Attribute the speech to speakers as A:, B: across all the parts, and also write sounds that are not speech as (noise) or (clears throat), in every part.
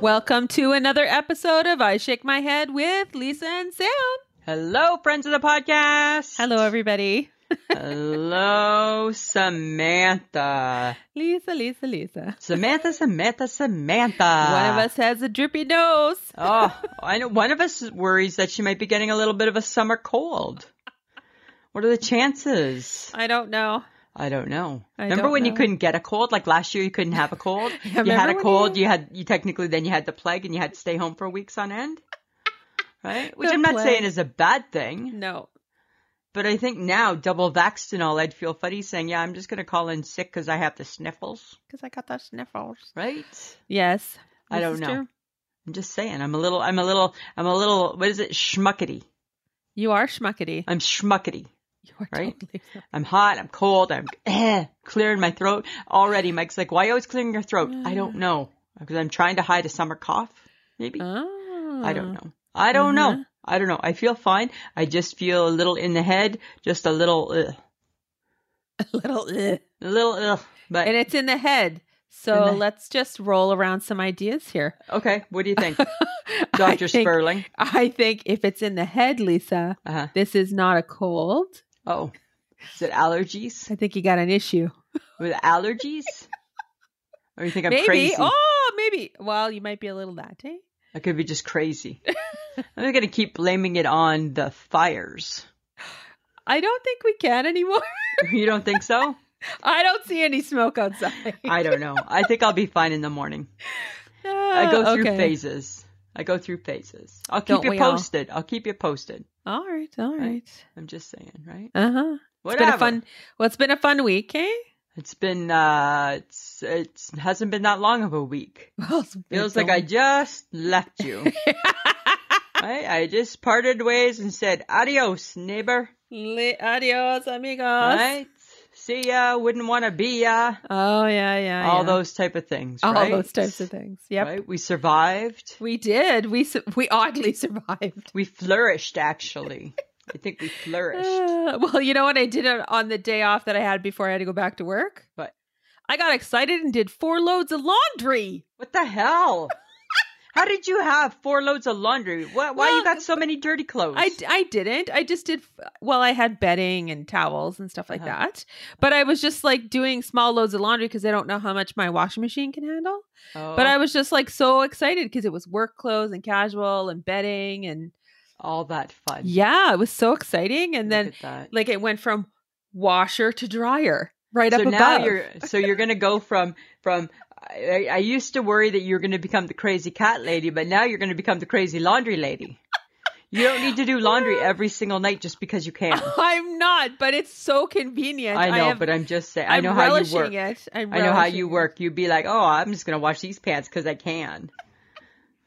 A: Welcome to another episode of I Shake My Head with Lisa and Sam.
B: Hello, friends of the podcast.
A: Hello, everybody.
B: Hello, Samantha.
A: (laughs) Lisa, Lisa, Lisa.
B: Samantha, Samantha, Samantha.
A: One of us has a drippy nose.
B: oh, I know. One of us worries that she might be getting a little bit of a summer cold. What are the chances?
A: I don't know.
B: I don't know.
A: I
B: remember
A: don't
B: when you
A: know.
B: couldn't get a cold? Like last year, you couldn't have
A: (laughs)
B: a cold. you
A: remember
B: had a
A: when you-
B: cold. You... had you technically then you had the plague and you had to stay home for weeks on end.
A: (laughs)
B: Right, which
A: The
B: I'm not saying
A: plague.
B: is a bad thing.
A: No.
B: But I think now, double vaxxed and all, I'd feel funny saying, yeah, I'm just going to call in sick because I have the sniffles,
A: Because I got those sniffles.
B: right?
A: Yes.
B: I
A: this
B: don't
A: is
B: know. I'm just saying, I'm a little, I'm a little, I'm a little, what is it, schmuckety.
A: You are schmuckety.
B: I'm schmuckety.
A: (laughs) You are
B: Right?
A: totally
B: I'm hot, I'm cold, I'm (clears throat) eh, clearing my throat already. Mike's like, why are you always clearing your throat? I
A: Mm.
B: don't know. Because I'm trying to hide a summer cough, maybe?
A: Oh.
B: I don't know. I don't know.
A: Mhm.
B: I don't know. I feel fine. I just feel a little in the head, just a little, ugh,
A: (laughs) A little. eh.
B: a little, ugh. But
A: And it's in the head. So
B: In the-
A: let's just roll around some ideas
B: (laughs)
A: here.
B: okay, what do you think?
A: (laughs) I
B: Dr.
A: think-
B: Sperling.
A: I think if it's in the head, Lisa,
B: Uh-huh.
A: this is not a cold.
B: Oh. Is it allergies?
A: I think you got an issue.
B: With allergies? or you think I'm
A: maybe.
B: crazy?
A: Oh, maybe. Well, you might be a little latte.
B: I could be just crazy. I'm going to keep blaming it on the fires. (laughs)
A: I don't think we can anymore. (laughs)
B: You don't think so?
A: I don't see any smoke outside.
B: I don't know. I think I'll be fine in the morning. I
A: Ah,
B: go through phases. I go through phases. I'll keep
A: Don't
B: you
A: we all?
B: posted. I'll keep you posted.
A: All right, all right.
B: I'm just saying, right?
A: Uh huh. It's
B: Whatever.
A: been a fun. Well, it's been a fun week, eh? (laughs)
B: It's been uh it's it's hasn't been that long of a week.
A: Well, it's been
B: Feels
A: so-
B: like I just left
A: (laughs)
B: you. Right? I just parted ways and said adios, neighbor.
A: Le- adios, amigos.
B: Right? See ya. Wouldn't want to be ya.
A: Oh yeah, yeah.
B: All
A: yeah.
B: those type of things.
A: all
B: right?
A: those types of things. Yep,
B: Right? We survived.
A: we did. We su- we oddly (laughs) survived.
B: We flourished. Actually, I think we
A: (sighs)
B: flourished.
A: Uh, well, you know what I did on- on the day off that I had before I had to go back to work.
B: What?
A: I got excited and did four loads of laundry.
B: What the hell? How did you have four loads of laundry? Why, why you
A: Well,
B: got so many dirty clothes?
A: I, I didn't. I just did. Well, I had bedding and towels and stuff like
B: Uh-huh.
A: that. But I was just like doing small loads of laundry because I don't know how much my washing machine can handle.
B: Oh,
A: But I was just like so excited because it was work clothes and casual and bedding. And
B: all that fun.
A: yeah, it was so exciting. And then
B: Look at that.
A: like it went from washer to dryer right up
B: so now
A: above.
B: you're so you're gonna go from from I, I used to worry that you were gonna become the crazy cat lady, but now you're gonna become the crazy laundry lady. You don't need to
A: (laughs)
B: do laundry every single night just because you can.
A: (laughs) I'm not, but it's so convenient.
B: I know,
A: have-
B: but I'm just saying. I
A: I'm
B: know how you
A: relishing
B: work.
A: It. I'm
B: I know how
A: relishing
B: you
A: it.
B: work. You'd be like, "Oh, I'm just gonna wash these pants because I can,"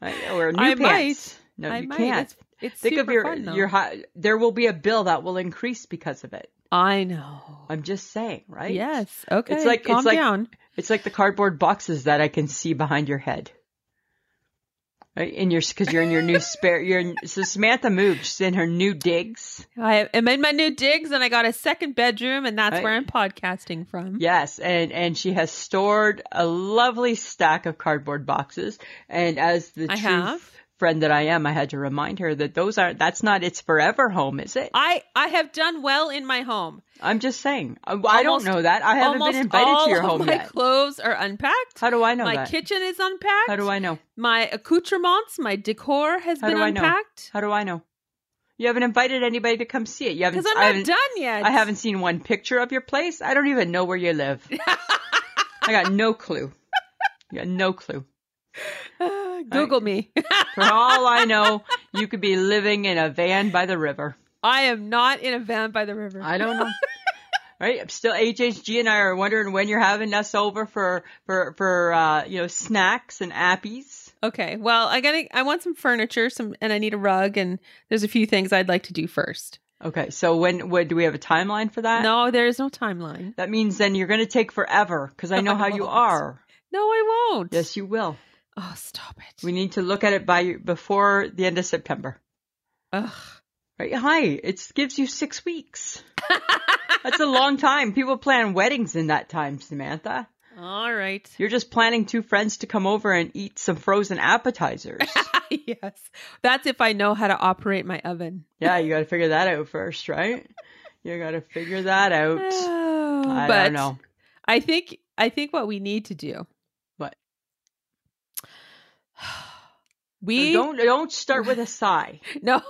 B: I- or new
A: I might.
B: pants. No,
A: I
B: you
A: might.
B: can't.
A: It's, it's
B: Think of
A: super
B: your
A: fun, though.
B: your high, there will be a bill that will increase because of it.
A: I know.
B: I'm just saying, right?
A: Yes. Okay.
B: like- it's
A: calm
B: like-
A: down.
B: It's like the cardboard boxes that I can see behind your head. Right? In your because you're in your new spare you're in, so Samantha moved. She's in her new digs.
A: I am in my new digs, and I got a second bedroom, and that's
B: Right.
A: where I'm podcasting from.
B: Yes, and and she has stored a lovely stack of cardboard boxes. And as the
A: I
B: true
A: have.
B: friend that I am, I had to remind her that those aren't that's not its forever home, is it?
A: I I have done well in my home.
B: I'm just saying. I, I don't
A: Almost-
B: know that. I haven't
A: Almost
B: been invited
A: all
B: to your
A: of
B: home
A: my
B: yet.
A: clothes are unpacked.
B: How do I know
A: my
B: that?
A: kitchen is unpacked.
B: How do I know?
A: My accoutrements, my decor has
B: How
A: been
B: do I know?
A: unpacked
B: How do I know? You haven't invited anybody to come see it. You haven't.
A: because I'm
B: I
A: not
B: haven't,
A: done yet.
B: I haven't seen one picture of your place. I don't even know where you (laughs) live. I got no clue. I got no clue.
A: (sighs) Google me. (laughs)
B: For all I know, you could be living in a van by the river.
A: I am not in a van by the river.
B: I don't know. (laughs) Right, I'm still HHG and I are wondering when you're having us over for for for uh, you know snacks and appies.
A: Okay. Well, I gotta. I want some furniture, some, and I need a rug, and there's a few things I'd like to do first.
B: Okay, so when what do we have a timeline for that?
A: No, there is no timeline.
B: That means then you're going to take forever because I know
A: I
B: (laughs) how you
A: won't.
B: are.
A: No, I won't.
B: Yes, you will.
A: Oh, stop it.
B: We need to look at it by before the end of September.
A: Ugh.
B: Right? Hi, it gives you six weeks. That's a long time. People plan weddings in that time, Samantha.
A: All right.
B: You're just planning two friends to come over and eat some frozen
A: (laughs)
B: appetizers.
A: (laughs) yes. That's if I know how to operate my oven.
B: yeah, you got to figure that out first, right? You got to figure that
A: (sighs)
B: out.
A: Oh,
B: I
A: but
B: don't know.
A: I think I think what we need to do.
B: What?
A: (sighs) We
B: Don't don't start with a sigh.
A: (laughs) no.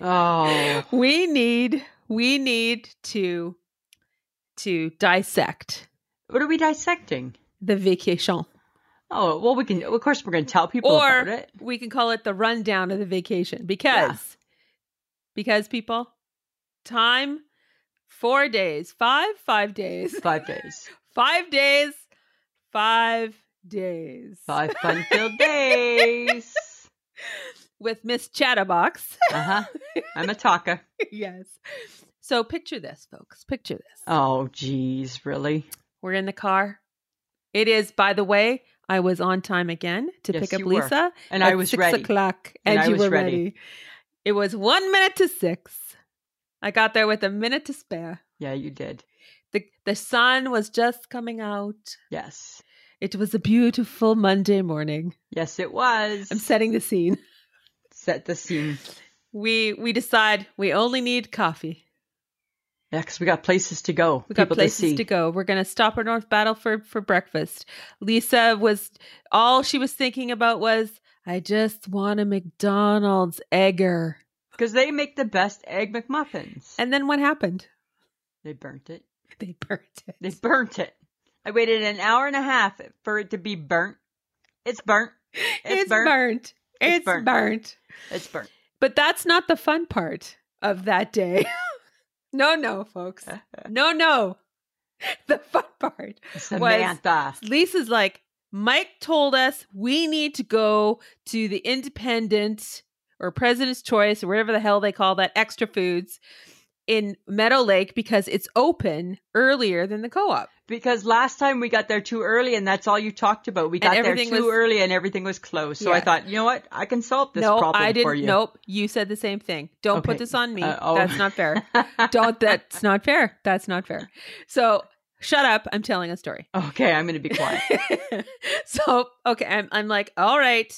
B: Oh,
A: we need we need to to dissect
B: what are we dissecting?
A: the vacation.
B: Oh, well, we can. Of course, we're going to tell people
A: Or-
B: about it.
A: We can call it the rundown of the vacation because because people time 4 days, 5 5 days,
B: Five days,
A: 5 days, 5 days.
B: five
A: (laughs)
B: fun-filled days.
A: With Miss Chatterbox. (laughs)
B: Uh huh. I'm a talker.
A: yes. So picture this, folks. Picture this.
B: Oh, geez, really?
A: We're in the car. It is, by the way, I was on time again to
B: Yes,
A: pick up
B: you were.
A: Lisa.
B: And
A: at
B: I was
A: six
B: ready.
A: o'clock, and,
B: And I
A: you
B: was
A: were ready.
B: ready.
A: It was one minute to six. I got there with a minute to spare.
B: Yeah, you did.
A: the The sun was just coming out.
B: Yes,
A: It was a beautiful Monday morning.
B: yes, it was.
A: I'm setting the scene.
B: Set the scene.
A: We we decide we only need coffee.
B: Yeah, 'cause we got places to go.
A: We got
B: people to
A: places
B: see.
A: to, go. We're gonna stop at North Battle for for breakfast. Lisa was all she was thinking about was I just want a McDonald's egger.
B: Because they make the best egg McMuffins.
A: And then what happened? (laughs)
B: they burnt it.
A: They burnt it. (laughs)
B: They (laughs) burnt it. I waited an hour and a half for it to be burnt. It's burnt. It's,
A: It's burnt.
B: burnt.
A: It's,
B: It's
A: burnt.
B: burnt. It's burnt.
A: But that's not the fun part of that day. (laughs) no, no, folks. (laughs) No, no. (laughs) The fun part.
B: Samantha.
A: Lisa's like, Mike told us we need to go to the independent or president's choice or whatever the hell they call that extra foods in Meadow Lake because it's open earlier than the co-op.
B: Because last time we got there too early, and that's all you talked about. We
A: And
B: got there
A: everything
B: too
A: was-
B: early, and everything was closed. So
A: Yeah.
B: I thought, you know what? I can solve this
A: no,
B: problem
A: I didn't.
B: for you.
A: Nope, you said the same thing. Don't put
B: Okay.
A: this on me.
B: Uh, oh.
A: That's not fair.
B: (laughs)
A: don't that's not fair that's not fair so shut up i'm telling a story
B: okay, I'm going to be
A: (laughs)
B: quiet.
A: so okay I'm, I'm like all right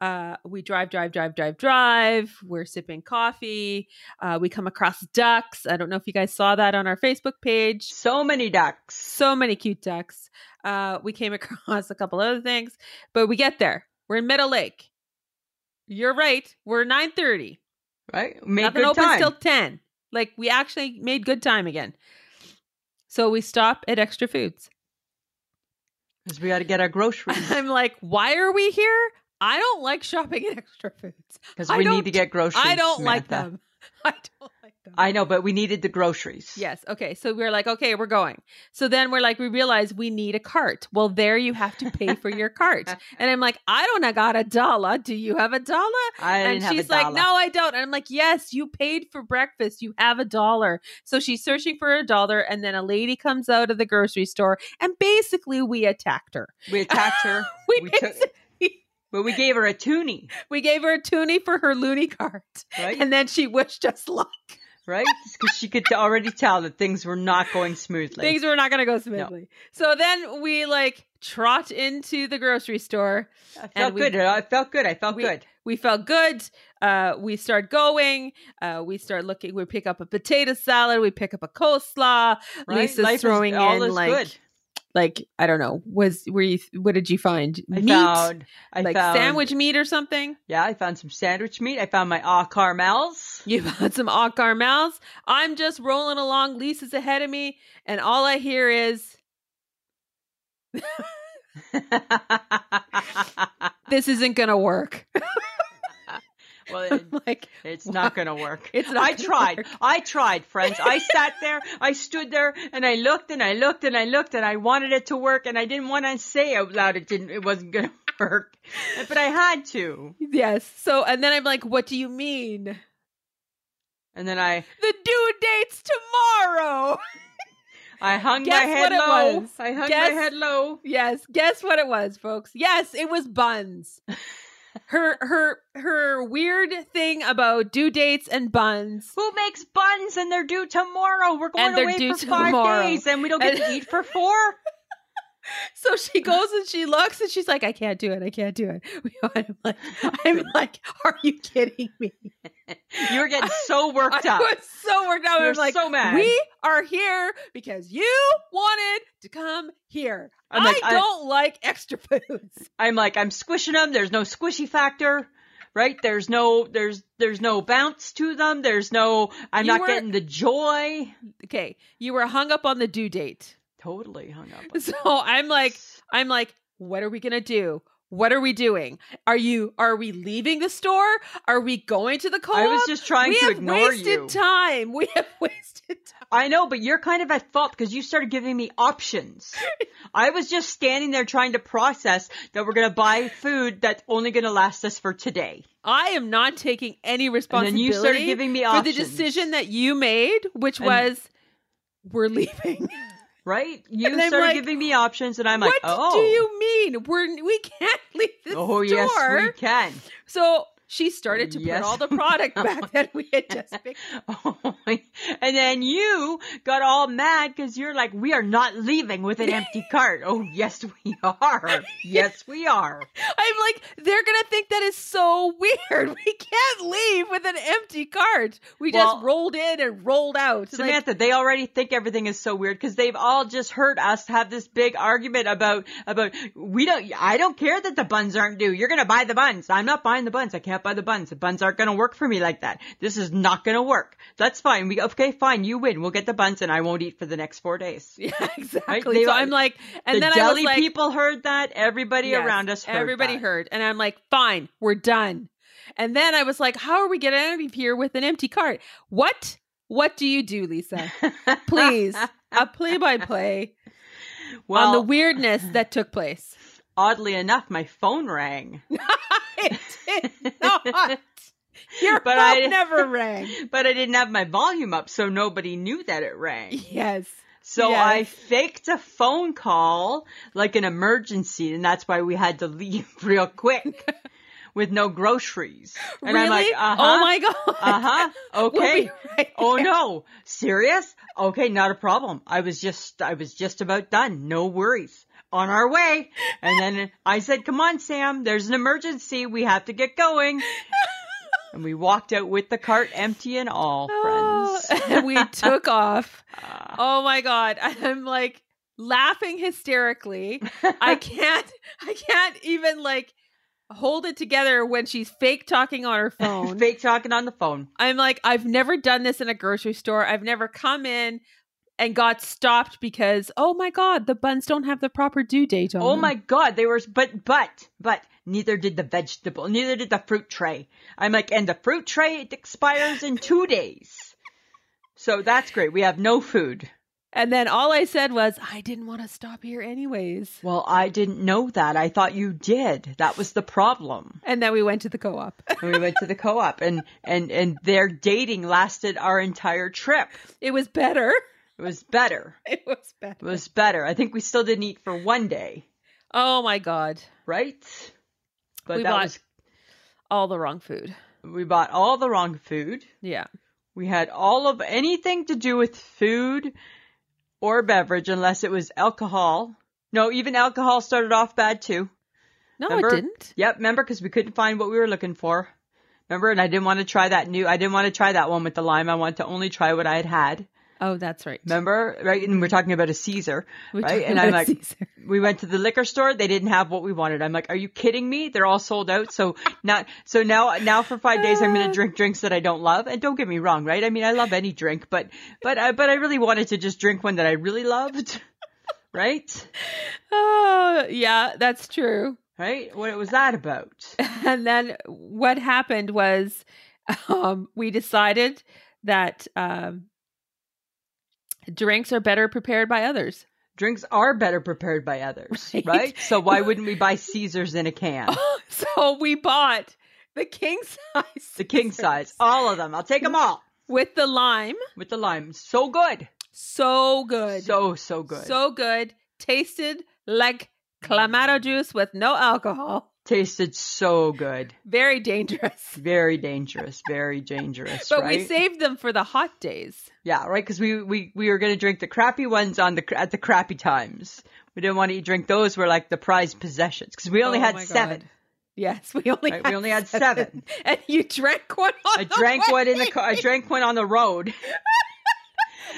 A: uh we drive drive drive drive drive we're sipping coffee uh we come across ducks i don't know if you guys saw that on our facebook page
B: so many ducks.
A: so many cute ducks uh we came (laughs) across a couple other things but we get there we're in middle lake you're right we're 9 30
B: Right? Make
A: Nothing
B: good
A: opens
B: time.
A: till 10. Like we actually made good time again. So we stop at Extra Foods.
B: 'Cause we got to get
A: (laughs)
B: our groceries.
A: I'm like, why are we here? I don't like shopping at (laughs) Extra Foods.
B: Because
A: I
B: we
A: don't-
B: need to get groceries.
A: I don't like
B: Samantha.
A: them. (laughs) I don't like them.
B: I know, but we needed the groceries.
A: yes. Okay. So we're like, okay, we're going. So then we're like, we realize we need a cart. Well, there you have to pay for your
B: (laughs)
A: cart. And I'm like, I don't I got a dollar. Do you have a dollar?
B: I didn't
A: and
B: have
A: she's
B: a
A: like,
B: dollar.
A: "No, I don't." And I'm like, "Yes, you paid for breakfast. You have a dollar." So she's searching for a dollar, and then a lady comes out of the grocery store, and basically we attacked her.
B: We attacked her.
A: (laughs) We basically-
B: but we gave her a toonie,
A: We gave her a toonie for her loony cart,
B: right?
A: and then she wished us luck.
B: right? Because she could already tell that things were not going smoothly.
A: Things were not going to go smoothly. So then we like trot into the grocery store.
B: I felt
A: and we-
B: good. I felt good. I felt
A: we-
B: good.
A: We felt good. Uh, we start going. Uh, we start looking. We pick up a potato salad. We pick up a coleslaw.
B: Right?
A: Lisa's
B: Life is-
A: throwing
B: all
A: in
B: is
A: like
B: good.
A: like I don't know, was were you what did you find?
B: I
A: meat,
B: found. I
A: like
B: found,
A: sandwich meat or something.
B: Yeah, I found some sandwich meat. I found my au (laughs) carmels.
A: You found some au carmels. I'm just rolling along. Lisa's ahead of me, and all I hear is this isn't gonna work. (laughs)
B: well, it,
A: I'm like
B: it's
A: Why?
B: not going to work.
A: (laughs) it's not.
B: I
A: gonna
B: tried.
A: work.
B: I tried, friends. I sat there, I stood there, and I looked and I looked and I looked and I wanted it to work, and I didn't want to say out loud it didn't, it wasn't gonna (laughs) work, but I had to.
A: Yes. So and then I'm like, what do you mean?
B: And then I,
A: The due date's tomorrow. (laughs)
B: I hung
A: Guess
B: my head
A: what it
B: low.
A: was.
B: I hung
A: Guess-
B: my head low.
A: Yes, guess what it was, folks. Yes, it was buns. Her her her weird thing about due dates and buns
B: Who makes buns and they're due tomorrow? We're going
A: they're
B: away
A: due
B: for five
A: tomorrow.
B: days, and we don't get
A: And-
B: to eat for four.
A: So she goes and she looks and she's like, I can't do it. I can't do it. (laughs) I'm like, I'm like, are you kidding me?
B: You were getting so worked
A: (laughs) I
B: up.
A: was so worked out.
B: You
A: I'm
B: were
A: like,
B: so mad.
A: we are here because you wanted to come here.
B: I'm like,
A: I
B: I-
A: don't like extra foods. (laughs)
B: I'm like, I'm squishing them. There's no squishy factor, right? There's no, there's, there's no bounce to them. There's no, I'm
A: You
B: not
A: were-
B: getting the joy.
A: Okay. You were hung up on the due date.
B: Totally hung up.
A: So I'm like, I'm like, what are we gonna do? What are we doing? Are you are we leaving the store? Are we going to the co-op?
B: I was just
A: oh,
B: trying
A: we
B: to
A: have
B: ignore
A: wasted
B: you.
A: time. We have (laughs) wasted time.
B: I know, but you're kind of at fault because you started giving me options. I was just standing there trying to process that we're going to buy food that's only going to last us for today.
A: I am not taking any
B: And then
A: responsibility
B: you started giving me
A: for
B: options.
A: the decision that you made, which
B: And-
A: was we're leaving. (laughs)
B: Right? You
A: And I'm
B: started
A: like,
B: giving me options and I'm like,
A: what
B: oh.
A: do you mean? We're we can't (laughs) leave this
B: Oh,
A: store.
B: yes, we can.
A: So she started to
B: Yes.
A: put all the product
B: (laughs)
A: back that we had just picked.
B: and then you got all mad because you're like, we are not leaving with an empty cart. Oh, yes, we are. Yes, we are.
A: I'm like, they're gonna think that is so (laughs) weird. We can't leave with an empty cart. We
B: Well-
A: just rolled in and rolled out. Like,
B: Samantha, they already think everything is so weird because they've all just heard us have this big argument about about we don't. I don't care that the buns aren't due. You're gonna buy the buns. I'm not buying the buns. I can't buy the buns. The buns aren't gonna work for me like that. This is not gonna work. That's fine. We okay, fine. You win. We'll get the buns, and I won't eat for the next four days.
A: (laughs) yeah, exactly.
B: They
A: so
B: all-
A: I'm like, and
B: the
A: then I
B: deli
A: was like,
B: people heard that. Everybody
A: yes,
B: around us heard
A: everybody
B: that.
A: heard, and I'm like, fine, we're done. And then I was like, how are we getting out of here with an empty cart? What? What do you do, Lisa?
B: (laughs)
A: Please, a play by play on the
B: Well,
A: weirdness
B: (laughs)
A: that took place.
B: oddly enough, my phone rang.
A: It
B: (laughs)
A: did (laughs) not. Your
B: But
A: phone
B: I- (laughs)
A: never rang.
B: But I didn't have my volume up, so nobody knew that it rang.
A: Yes.
B: So
A: Yes.
B: I faked a phone call like an emergency, and that's why we had to leave (laughs) real quick
A: (laughs)
B: with no groceries. And
A: really?
B: I'm like, uh huh.
A: Oh my god.
B: uh huh.
A: (laughs) We'll be
B: Okay.
A: right
B: Oh
A: there.
B: no. Serious? Okay, not a problem. I was just I was just about done. No worries. On our way. And then I said, "Come on, Sam. There's an emergency. We have to get going." And we walked out with the cart empty and all,
A: (laughs) Oh, (laughs)
B: friends.
A: and
B: (laughs)
A: we took off.
B: Ah.
A: Oh my god. (laughs) I'm like laughing hysterically.
B: (laughs)
A: I can't I can't even like hold it together when she's fake talking
B: (laughs)
A: on her phone.
B: Fake talking on the phone.
A: I'm like I've never done this in a grocery store. I've never come in and got stopped because oh my god, the buns don't have the proper due date on
B: Oh
A: them.
B: my god, they were but but but neither did the vegetable, neither did the fruit tray. I'm like, and the fruit tray it expires in two days. So that's great. We have no food.
A: And then all I said was I didn't want to stop here anyways.
B: Well, I didn't know that. I thought you did. That was the problem.
A: And then we went to the co-op. (laughs)
B: And we went to the co-op and and and their dating lasted our entire trip.
A: It was better. (laughs)
B: It was better.
A: It was better.
B: It was better. I think we still didn't eat for one day,
A: Oh my god.
B: right? But
A: We
B: that
A: bought-
B: was
A: All the wrong food.
B: we bought all the wrong food.
A: Yeah.
B: We had all of anything to do with food or beverage, unless it was alcohol. No, even alcohol started off bad too.
A: No,
B: Remember?
A: Oh, it didn't.
B: Yep, remember because we couldn't find what we were looking for. Remember, and I didn't want to try that new. I didn't want to try that one with the lime. I wanted to only try what I had had.
A: Oh, that's right.
B: Remember, right? And we're talking about a Caesar,
A: We
B: right?
A: talked
B: And I'm
A: about
B: like,
A: Caesar. (laughs)
B: we went to the liquor store. They didn't have what we wanted. I'm like, are you kidding me? They're all sold out. So not so now now for five days I'm
A: Ah.
B: going to drink drinks that I don't love. And don't get me wrong, right? I mean, I love any drink, but but I, but I really wanted to just drink one that I really loved, (laughs) right?
A: oh, yeah, that's true.
B: Right? What was that about?
A: And then what happened was um, we decided that um, drinks are better prepared by
B: (laughs)
A: others.
B: Drinks are better prepared by others,
A: Right. Oh,
B: right?
A: (laughs)
B: So why wouldn't we buy Caesars in a can?
A: so we bought the king size
B: The king size,
A: Caesars
B: all of them. I'll take them all
A: with the lime.
B: with the lime. So good.
A: So good.
B: So so good.
A: So good. Tasted like clamato juice with no alcohol.
B: tasted so good.
A: Very dangerous.
B: Very dangerous. Very
A: (laughs)
B: dangerous.
A: But
B: right?
A: we saved them for the hot days.
B: yeah, right. Because we we we were gonna drink the crappy ones on the cra- at the crappy times. We didn't want to eat, drink. Those were like the prized possessions because we only
A: Oh
B: had
A: my
B: seven.
A: God. Yes, we only
B: Right,
A: had
B: we
A: (laughs)
B: only had
A: and you drank one. On
B: I
A: the
B: drank
A: (laughs) way.
B: one in the car. I drank one on the road.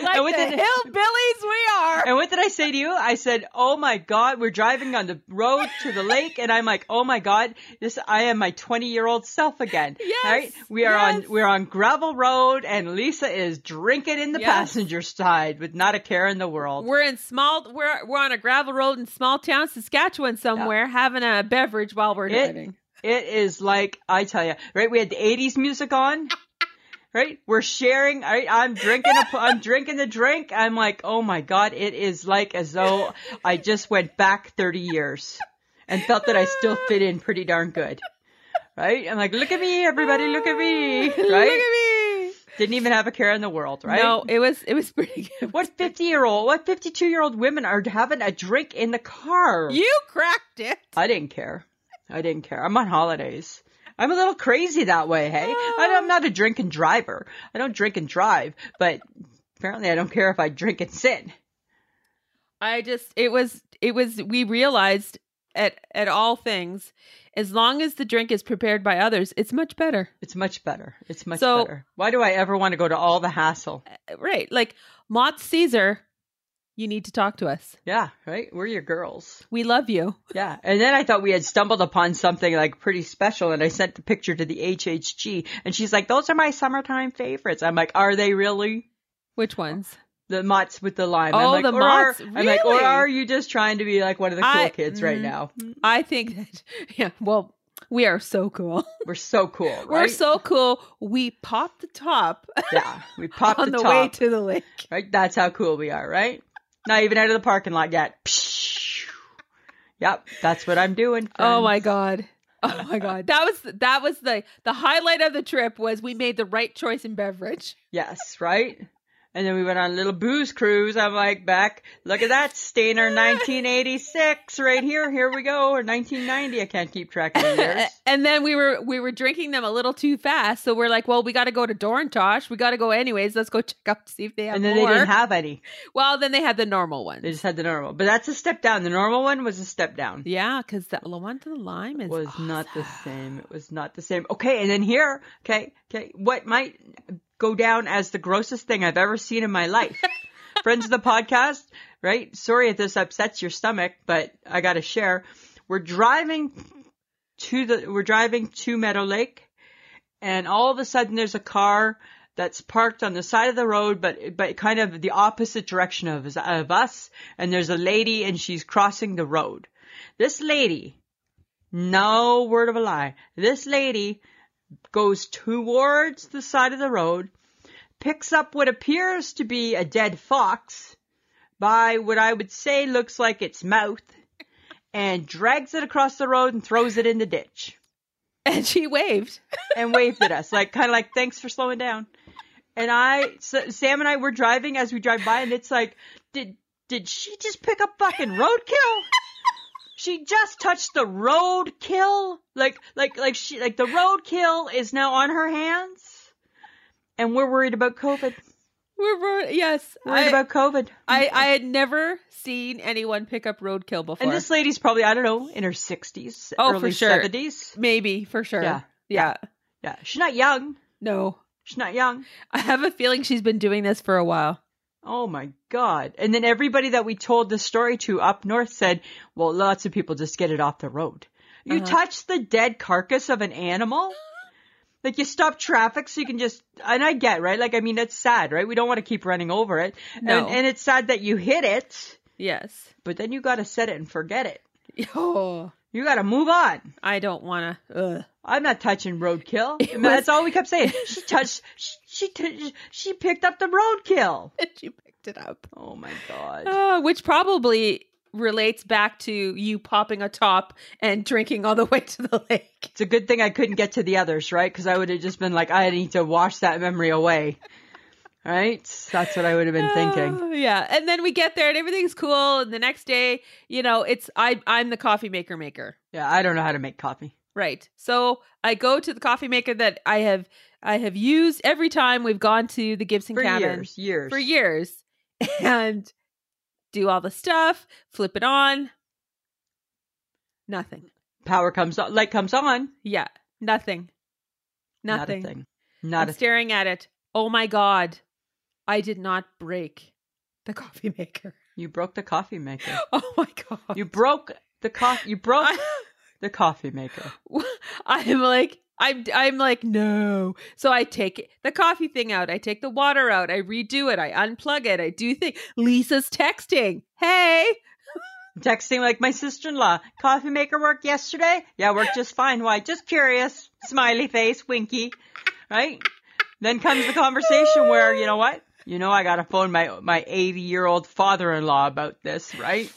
A: like
B: and we
A: the
B: didn't-
A: hillbillies we are.
B: And what did I say to you? I said, "Oh my God, we're driving on the road to the lake," and I'm like, "Oh my God, this I am my 20 year old self again."
A: Yes,
B: we are
A: yes.
B: on we're on gravel road, and Lisa is drinking in the
A: Yes.
B: passenger side with not a care in the world.
A: We're in small. We're we're on a gravel road in small town Saskatchewan somewhere, having a beverage while we're
B: It-
A: driving.
B: It is like I tell you, right? We had the 80s music
A: (laughs)
B: on. Right, we're sharing. Right, I'm drinking. A, I'm drinking the drink. I'm like, oh my god, it is like as though I just went back 30 years and felt that I still fit in pretty darn good. Right, I'm like, look at me, everybody, look at me.
A: (laughs) look
B: Right,
A: at me.
B: didn't even have a care in the world. Right,
A: No, it was it was (laughs) pretty good.
B: what 50 year old, what 52 year old women are having a drink in the car?
A: You cracked it.
B: I didn't care. I didn't care. I'm on holidays. I'm a little crazy that way, hey? I, I'm not a drink and driver. I don't drink and drive, but apparently I don't care if I drink and sit.
A: I just it was it was we realized at at all things, as long as the drink is prepared by others, it's much better.
B: It's much better. It's much
A: So-
B: better. Why do I ever want to go to all the hassle?
A: Right. Like Mott Caesar, you need to talk to us.
B: Yeah, right? We're your girls.
A: We love you.
B: Yeah. And then I thought we had stumbled upon something like pretty special and I sent the picture to the HHG and she's like, those are my summertime favorites. I'm like, are they really?
A: Which ones?
B: the mutts with the lime.
A: Oh,
B: I'm like,
A: the
B: or are,
A: mutts,
B: I'm like, or
A: really?
B: are you just trying to be like one of the cool
A: I-
B: kids right
A: mm.
B: now?
A: I think that (laughs) yeah, well, we are so cool. (laughs)
B: We're so cool, right?
A: We're so cool. We pop the top (laughs)
B: yeah. We popped
A: on
B: the,
A: the,
B: top,
A: way to the lake.
B: right? That's how cool we are, right? Not even out of the parking lot yet. Pshh. Yep, that's what I'm doing.
A: Oh
B: friends.
A: my god. (laughs) Oh my god. That was that was the the highlight of the trip was we made the right choice in beverage.
B: (laughs) Yes, right. And then we went on a little booze cruise. I'm like, back, look at that stainer,
A: (laughs)
B: 1986, right here. Here we go, or 1990. I can't keep track of
A: (laughs)
B: the years.
A: and then we were we were drinking them a little too fast, so we're like, well, we got to go to Dorintosh. We got to go anyways. Let's go (laughs) check up to see if they have
B: And then
A: more.
B: they didn't have any.
A: well, then they had the normal one.
B: They just had the normal, but that's a step down. The normal one was a step down.
A: Yeah, because the the one to the lime is
B: was not the same. It was not the same. Okay, and then here, okay, okay, what might go down as the grossest thing I've ever seen in my life. Friends of the podcast, right? Sorry if this upsets your stomach, but I got to share. We're driving to the we're driving to Meadow Lake and all of a sudden there's a car that's parked on the side of the road, but but kind of the opposite direction of us- of us. And there's a lady, and she's crossing the road. This lady, no word of a lie, this lady goes towards the side of the road, picks up what appears to be a dead fox by what I would say looks like its mouth, and drags it across the road and throws it in the ditch
A: (laughs) And she waved. (laughs)
B: and waved at us, like kind of like thanks for slowing down. And I, S- Sam and I were driving as we drive by, and it's like, did did she just pick up fucking roadkill? She just touched the roadkill, like like like she like the roadkill is now on her hands, and we're worried about COVID.
A: We're, we're yes.
B: Worried
A: I,
B: about COVID.
A: I I had never seen anyone pick up roadkill before.
B: and this lady's probably I don't know in her sixties,
A: Oh, for
B: early
A: sure.
B: seventies.
A: Maybe for sure.
B: Yeah.
A: yeah.
B: Yeah, she's not young.
A: No,
B: She's not young.
A: I have a feeling she's been doing this for a while.
B: Oh my God. And then everybody that we told the story to up north said, well, lots of people just get it off the road. You
A: Uh-huh.
B: touch the dead carcass of an animal? Like you stop traffic so you can just, and I get, right? Like, I mean, that's sad, right? We don't want to keep running over it.
A: No.
B: And, and it's sad that you hit it,
A: Yes.
B: but then you got to set it and forget it.
A: (laughs) Oh,
B: You got to move on.
A: I don't want to.
B: I'm not touching roadkill.
A: (laughs) It
B: I mean,
A: was-
B: that's all we
A: (laughs)
B: kept saying. She touched, she, she, t- she picked up the roadkill.
A: And she picked it up.
B: Oh my God.
A: Uh, which probably relates back to you popping a top and drinking all the way to the lake.
B: It's a good thing I couldn't get to the others, right? Because I would have just been like, I need to wash that memory away. Right? That's what I would have been
A: (sighs)
B: thinking.
A: Oh, yeah. And then we get there and everything's cool. And the next day, you know, it's I I'm the coffee maker maker.
B: Yeah, I don't know how to make coffee.
A: Right. So I go to the coffee maker that I have I have used every time we've gone to the Gibson
B: For
A: cabin
B: years, years.
A: for years. (laughs) And do all the stuff, flip it on. Nothing.
B: Power comes on, light comes on.
A: Yeah, nothing. Nothing.
B: Not a thing.
A: I'm
B: Not a thing.
A: staring at it. Oh my god. I did not break the coffee maker. (laughs)
B: You broke the coffee maker.
A: Oh my god.
B: You broke the coffee. You broke
A: I-
B: the coffee maker.
A: I'm like I'm I'm like no. So I take the coffee thing out. I take the water out. I redo it. I unplug it. I do things. Lisa's texting. Hey,
B: Texting like my sister-in-law. Coffee maker worked yesterday. Yeah, worked just fine. Why? Just curious. Smiley face, winky. Right. Then comes the conversation where you know what? You know I gotta phone my my 80 year old father-in-law about this, right?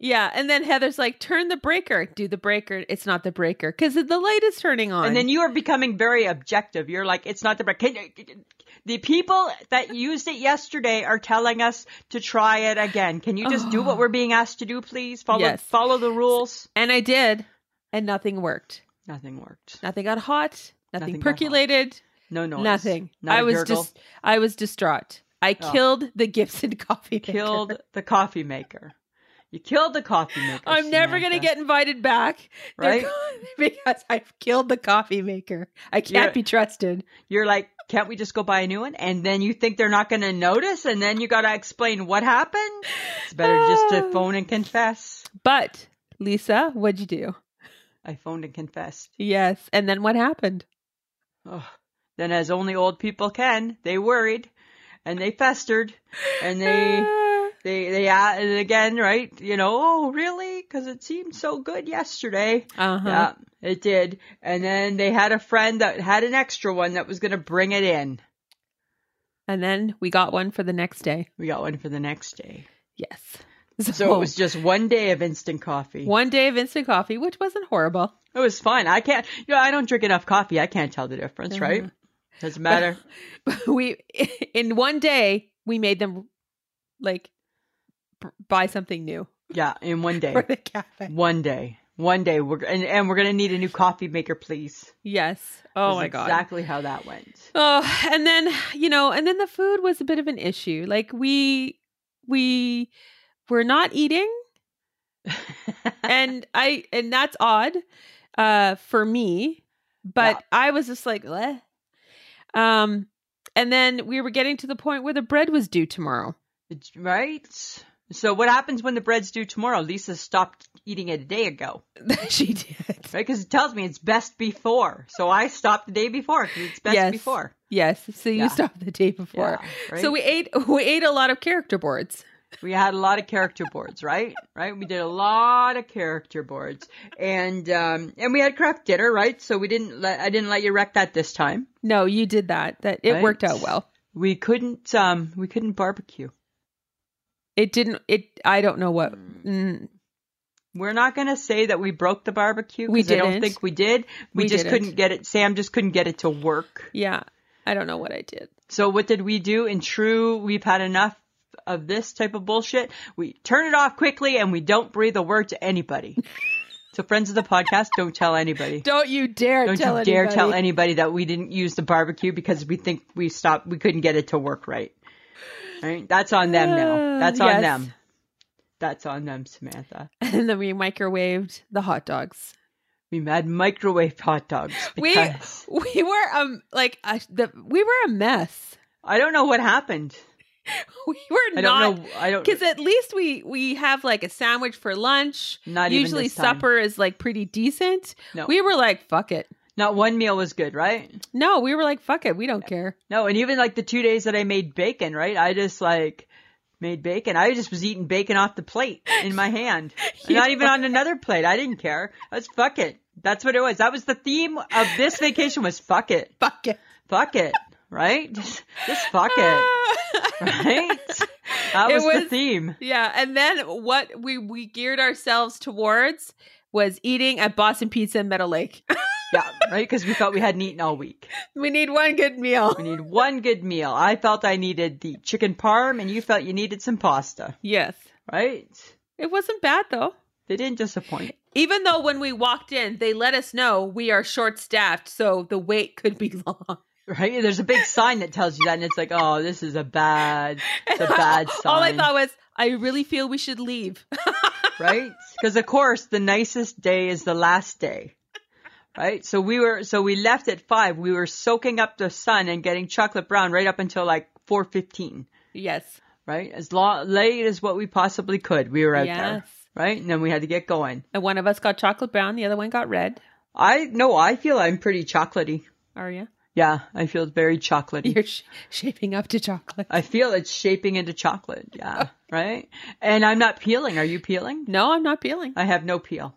A: yeah. And then Heather's like, turn the breaker. Do the breaker. It's not the breaker because the light is turning on.
B: And then you are becoming very objective. You're like, it's not the break. Can- can- The people that used it yesterday are telling us to try it again. Can you just do what we're being asked to do, please? Follow
A: Oh. Yes.
B: follow the rules.
A: and I did, and nothing worked.
B: Nothing worked.
A: Nothing got hot. Nothing,
B: Nothing got hot.
A: percolated.
B: No noise.
A: Nothing.
B: Not
A: I
B: a
A: was
B: gurgle.
A: just I was distraught. I
B: Oh.
A: killed the Gibson (laughs) coffee. maker.
B: (laughs) killed the coffee maker. You killed the coffee maker.
A: I'm never going to
B: Samantha.
A: get invited back They're
B: Right?
A: gone (laughs) because I've killed the coffee maker. I can't
B: You're-
A: be trusted.
B: You're like, can't we just go buy a new one? And then you think they're not going to notice, and then you got to explain what happened. It's better just
A: (sighs)
B: to
A: Ah.
B: phone and confess.
A: But Lisa, what'd you do?
B: I phoned and confessed.
A: Yes. And then what happened?
B: Oh, then, as only old people can, they worried and they festered and they.
A: (sighs) Ah.
B: They, they, uh, and again, right? You know, oh, really? Cause it seemed so good yesterday.
A: uh-huh.
B: Yeah, it did. And then they had a friend that had an extra one that was going to bring it in.
A: And then we got one for the next day.
B: We got one for the next day.
A: Yes.
B: So it was just one day of instant coffee.
A: Oh. one day of instant coffee, which wasn't horrible. (laughs)
B: It was fun. I can't, you know, I don't drink enough coffee. I can't tell the difference,
A: Uh-huh.
B: right? Doesn't matter.
A: But we (laughs) in one day we made them like b- buy something new
B: yeah, in
A: (laughs)
B: one day.
A: for the cafe.
B: One day. One day. We're, and, and we're going to need a new coffee maker, please.
A: Yes. Oh
B: Is
A: my god.
B: Exactly how that went. (laughs)
A: Oh, and then you know, and then the food was a bit of an issue. Like we we were not
B: (laughs)
A: eating, and I and that's odd uh for me, but
B: Yeah.
A: I was just like, Bleh. um, and then we were getting to the point where the bread was due tomorrow. (laughs)
B: It's- right? So what happens when the bread's due tomorrow? Lisa stopped eating it a day ago.
A: she did.
B: Right, because it tells me it's best before. So I stopped the day before 'cause it's best
A: Yes.
B: before.
A: Yes. So you
B: Yeah.
A: stopped the day before.
B: Yeah, right?
A: So we ate (laughs) we ate a lot of character boards.
B: we had a lot of character boards, right? Right, we did a lot of character boards, and um, and we had craft dinner, right? So we didn't let I didn't let you wreck that this time.
A: No, you did that. That it
B: Right.
A: worked out well.
B: We couldn't um we couldn't barbecue.
A: It didn't it I don't know what
B: Hmm.
A: mm,
B: We're not gonna say that we broke the barbecue.
A: We
B: 'cause I
A: didn't.
B: don't think we did. We,
A: We
B: just
A: didn't.
B: couldn't get it. Sam just couldn't get it to work.
A: Yeah. I don't know what I did.
B: So what did we do? In true, we've had enough of this type of bullshit. We turn it off quickly and we don't breathe a word to anybody.
A: (laughs)
B: so friends of the podcast, don't tell anybody.
A: Don't you dare
B: Don't
A: tell
B: you dare
A: anybody.
B: tell anybody that we didn't use the barbecue because we think we stopped, we couldn't get it to work right. Right? That's on them now.
A: Uh,
B: That's on
A: yes.
B: them. That's on them, Samantha.
A: (laughs) And then we microwaved the hot dogs.
B: We had microwave hot dogs
A: We-
B: because
A: We were um like a, the we were a mess. (laughs)
B: I don't know what happened.
A: We were
B: I don't
A: not
B: know. I don't.
A: because at least we we have like a sandwich for lunch.
B: Not even
A: Usually
B: this time.
A: supper is like pretty decent.
B: No.
A: We were like fuck it.
B: Not one meal was good, right?
A: No, we were like fuck it. We don't care.
B: No, and even like the two days that I made bacon, right? I just like made bacon. I just was eating bacon off the plate in my
A: (laughs)
B: hand.
A: You
B: Not even on another plate. I didn't care. That's fuck it. That's what it was. That was the theme of this vacation was (laughs) fuck it.
A: Fuck it.
B: Fuck it. Right? (laughs) Just, just fuck it. Right?
A: (laughs)
B: That
A: It
B: was,
A: was-
B: the theme.
A: (laughs) yeah, and then what we we geared ourselves towards was eating at Boston Pizza in Meadow Lake.
B: Yeah, right? Because we thought we hadn't eaten all week.
A: we need one good meal.
B: We need one good meal. I felt I needed the chicken parm and you felt you needed some pasta.
A: Yes.
B: Right?
A: It wasn't bad though.
B: They didn't disappoint.
A: Even though when we walked in, they let us know we are short staffed, so the wait could be (laughs) long.
B: Right? There's a big sign that tells you that, and it's like, oh, this is a bad, it's a bad sign.
A: (laughs) All I thought was, I really feel we should leave. (laughs)
B: right? Because of course the nicest day is the last day. Right? So we were so we left at five. We were soaking up the sun and getting chocolate brown right up until like four fifteen.
A: yes.
B: Right? As long, late as what we possibly could. We were out
A: Yes.
B: there. Right? And then we had to get going.
A: And one of us got chocolate brown, the other one got red.
B: I no, I feel I'm pretty chocolatey.
A: Are you?
B: Yeah, I feel very
A: (laughs)
B: chocolatey.
A: You're sh- shaping up to chocolate.
B: I feel it's shaping into chocolate.
A: (laughs)
B: Yeah. Right? And I'm not peeling. Are you peeling?
A: No, I'm not peeling.
B: I have no peel.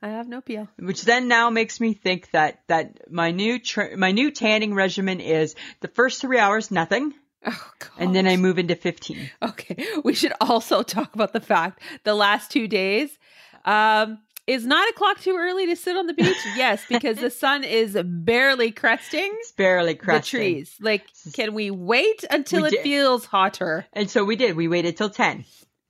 A: I have no peel.
B: which then now makes me think that that my new tr my new tanning regimen is the first three hours nothing,
A: Oh god.
B: and then I move into fifteen.
A: Okay. (laughs) We should also (laughs) talk about the fact the last two days. Um, is nine o'clock too early to sit on the
B: (laughs)
A: beach? Yes, because the sun is barely cresting
B: It's barely
A: the
B: cresting.
A: trees. Like, can we wait until
B: We
A: it
B: did-
A: feels hotter?
B: And so we did. We waited till 10,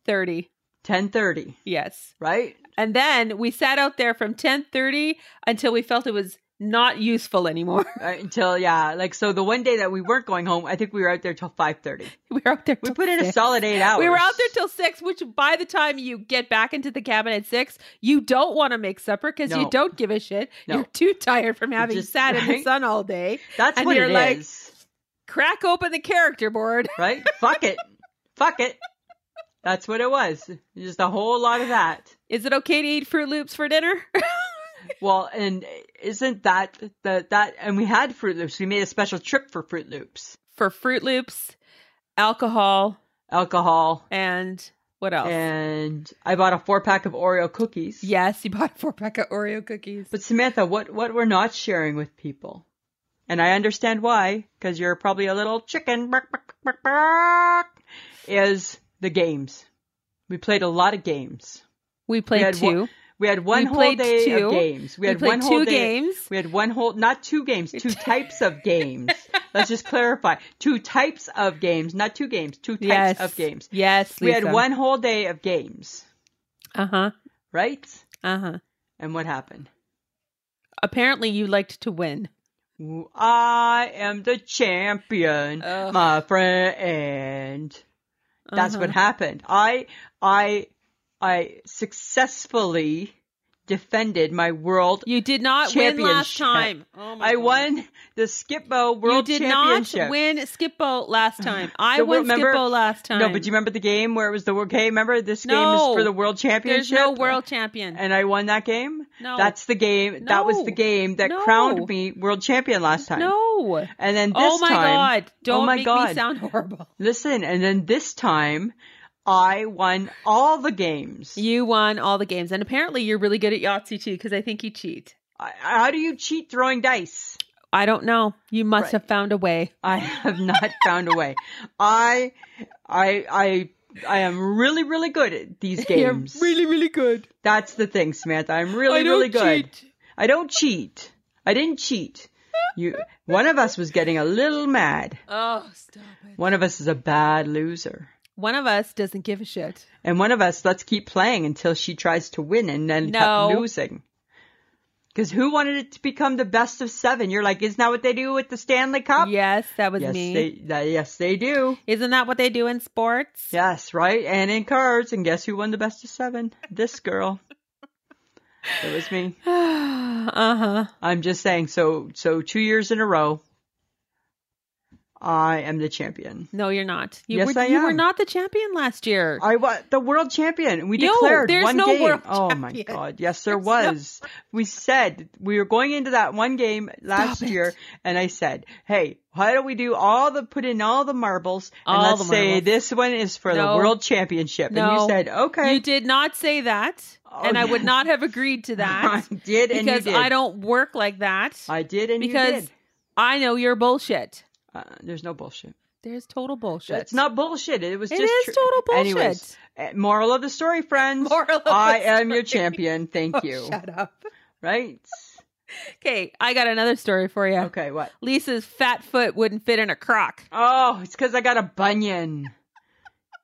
A: 30.
B: 10.30,
A: Yes.
B: right?
A: And then we sat out there from 10:30 until we felt it was not useful anymore. (laughs)
B: Right, Until yeah, like so the one day that we weren't going home, I think we were out there till five thirty.
A: we were out there.
B: We
A: till
B: put in a
A: six.
B: solid eight hours.
A: We were out there till six, which by the time you get back into the cabin at six, you don't want to make supper because you
B: No.
A: don't give a shit.
B: No.
A: You're too tired from having
B: just-
A: sat in the
B: right?
A: sun all day.
B: That's
A: and
B: what
A: you're
B: it is,
A: like- Crack open the character board.
B: right? Fuck it, fuck it. That's what it was. Just a whole lot of that.
A: Is it okay to eat Fruit Loops for dinner? (laughs)
B: Well, and isn't that the that and we had Fruit Loops. We made a special trip for Fruit Loops.
A: for Fruit Loops, alcohol,
B: Alcohol
A: and what else?
B: and I bought a four pack of Oreo cookies.
A: yes, you bought a four pack of Oreo cookies.
B: But Samantha, what what we're not sharing with people, and I understand why, because you're probably a little chicken. bark, bark, bark, bark, bark, is the games. We played a lot of games.
A: we played
B: had
A: two.
B: one- We had one
A: We
B: whole
A: played
B: day
A: two.
B: of games. We,
A: we
B: had
A: played
B: one
A: two
B: whole day.
A: games.
B: We had one whole, not two games,
A: (laughs)
B: two types of games. Let's just clarify. Two types of games, not two games, two types
A: yes.
B: of games.
A: Yes.
B: We had
A: Lisa.
B: one whole day of games,
A: Uh huh.
B: right?
A: Uh huh.
B: And what happened?
A: Apparently, you liked to win.
B: Ooh, I am the champion,
A: Ugh.
B: my friend. That's what
A: Uh-huh.
B: happened. I, I, I successfully defended my world.
A: You did not win last time.
B: Championship.
A: Oh my
B: I
A: God.
B: won the Skip Bow World
A: you did
B: Championship.
A: not win Skippo
B: (sighs)
A: last time. I
B: The wo-
A: won
B: remember-
A: Skippo last time.
B: No, but you remember the game where it was the world game? Remember this game
A: No.
B: is for the world championship?
A: there's no world champion.
B: And I won that game?
A: no,
B: That's the game. That was the
A: No.
B: game that
A: No.
B: crowned me world champion last time.
A: no.
B: And then this
A: oh my
B: time,
A: god! Don't
B: my
A: make me
B: God.
A: sound horrible.
B: listen, and then this time, I won all the games.
A: You won all the games, and apparently you're really good at Yahtzee too, because I think you cheat.
B: I, how do you cheat throwing dice?
A: I don't know. You must
B: Right.
A: have found a way.
B: I have not (laughs) found a way. I, I, I, I am really, really good at these
A: (laughs)
B: games.
A: You're really, really good.
B: That's the thing, Samantha. I'm really,
A: I don't
B: really good.
A: cheat.
B: I don't cheat. I didn't cheat. You, one of us was getting a little mad.
A: Oh, stop it.
B: One of us is a bad loser.
A: One of us doesn't give a shit.
B: And one of us, let's keep playing until she tries to win and then
A: No.
B: up losing. Because who wanted it to become the best of seven? You're like, isn't that what they do with the Stanley Cup?
A: Yes, that was
B: yes,
A: me.
B: they, that, yes, they do.
A: Isn't that what they do in sports? (sighs)
B: Yes, right. And in cards. And guess who won the best of seven? This girl. it was me.
A: uh huh.
B: I'm just saying. So, so two years in a row, I am the champion.
A: No, you're not. You
B: Yes,
A: were,
B: I
A: you were
B: am.
A: not the champion last year.
B: I was the world champion. We
A: No,
B: declared
A: there's
B: one
A: no
B: game.
A: world
B: oh my
A: champion.
B: god! Yes, there
A: There's no-
B: was. We said we were going into that one game last
A: Stop it.
B: year, and I said, "Hey, why don't we do all the put in all the marbles and
A: All
B: let's
A: the
B: say
A: marbles.
B: this one is for
A: No.
B: the world championship?" And
A: No.
B: you said, "Okay."
A: You did not say that,
B: Oh,
A: and I would
B: yeah.
A: not have agreed
B: (laughs)
A: to that
B: I did, and you
A: because
B: did.
A: I don't work like that. I,
B: I did, and you
A: because-
B: did.
A: know you're bullshit.
B: Uh, there's no bullshit.
A: There's total bullshit. (laughs)
B: It's not bullshit. It was
A: It
B: just
A: is
B: tr-
A: total bullshit.
B: Anyways, uh, moral of the story, friends.
A: Moral of the
B: I am your
A: story.
B: champion. Thank
A: Oh,
B: you.
A: Shut up.
B: Right?
A: Okay, I got another story for you.
B: Okay. What?
A: Lisa's fat foot wouldn't fit in a crock.
B: Oh, it's because I got a bunion.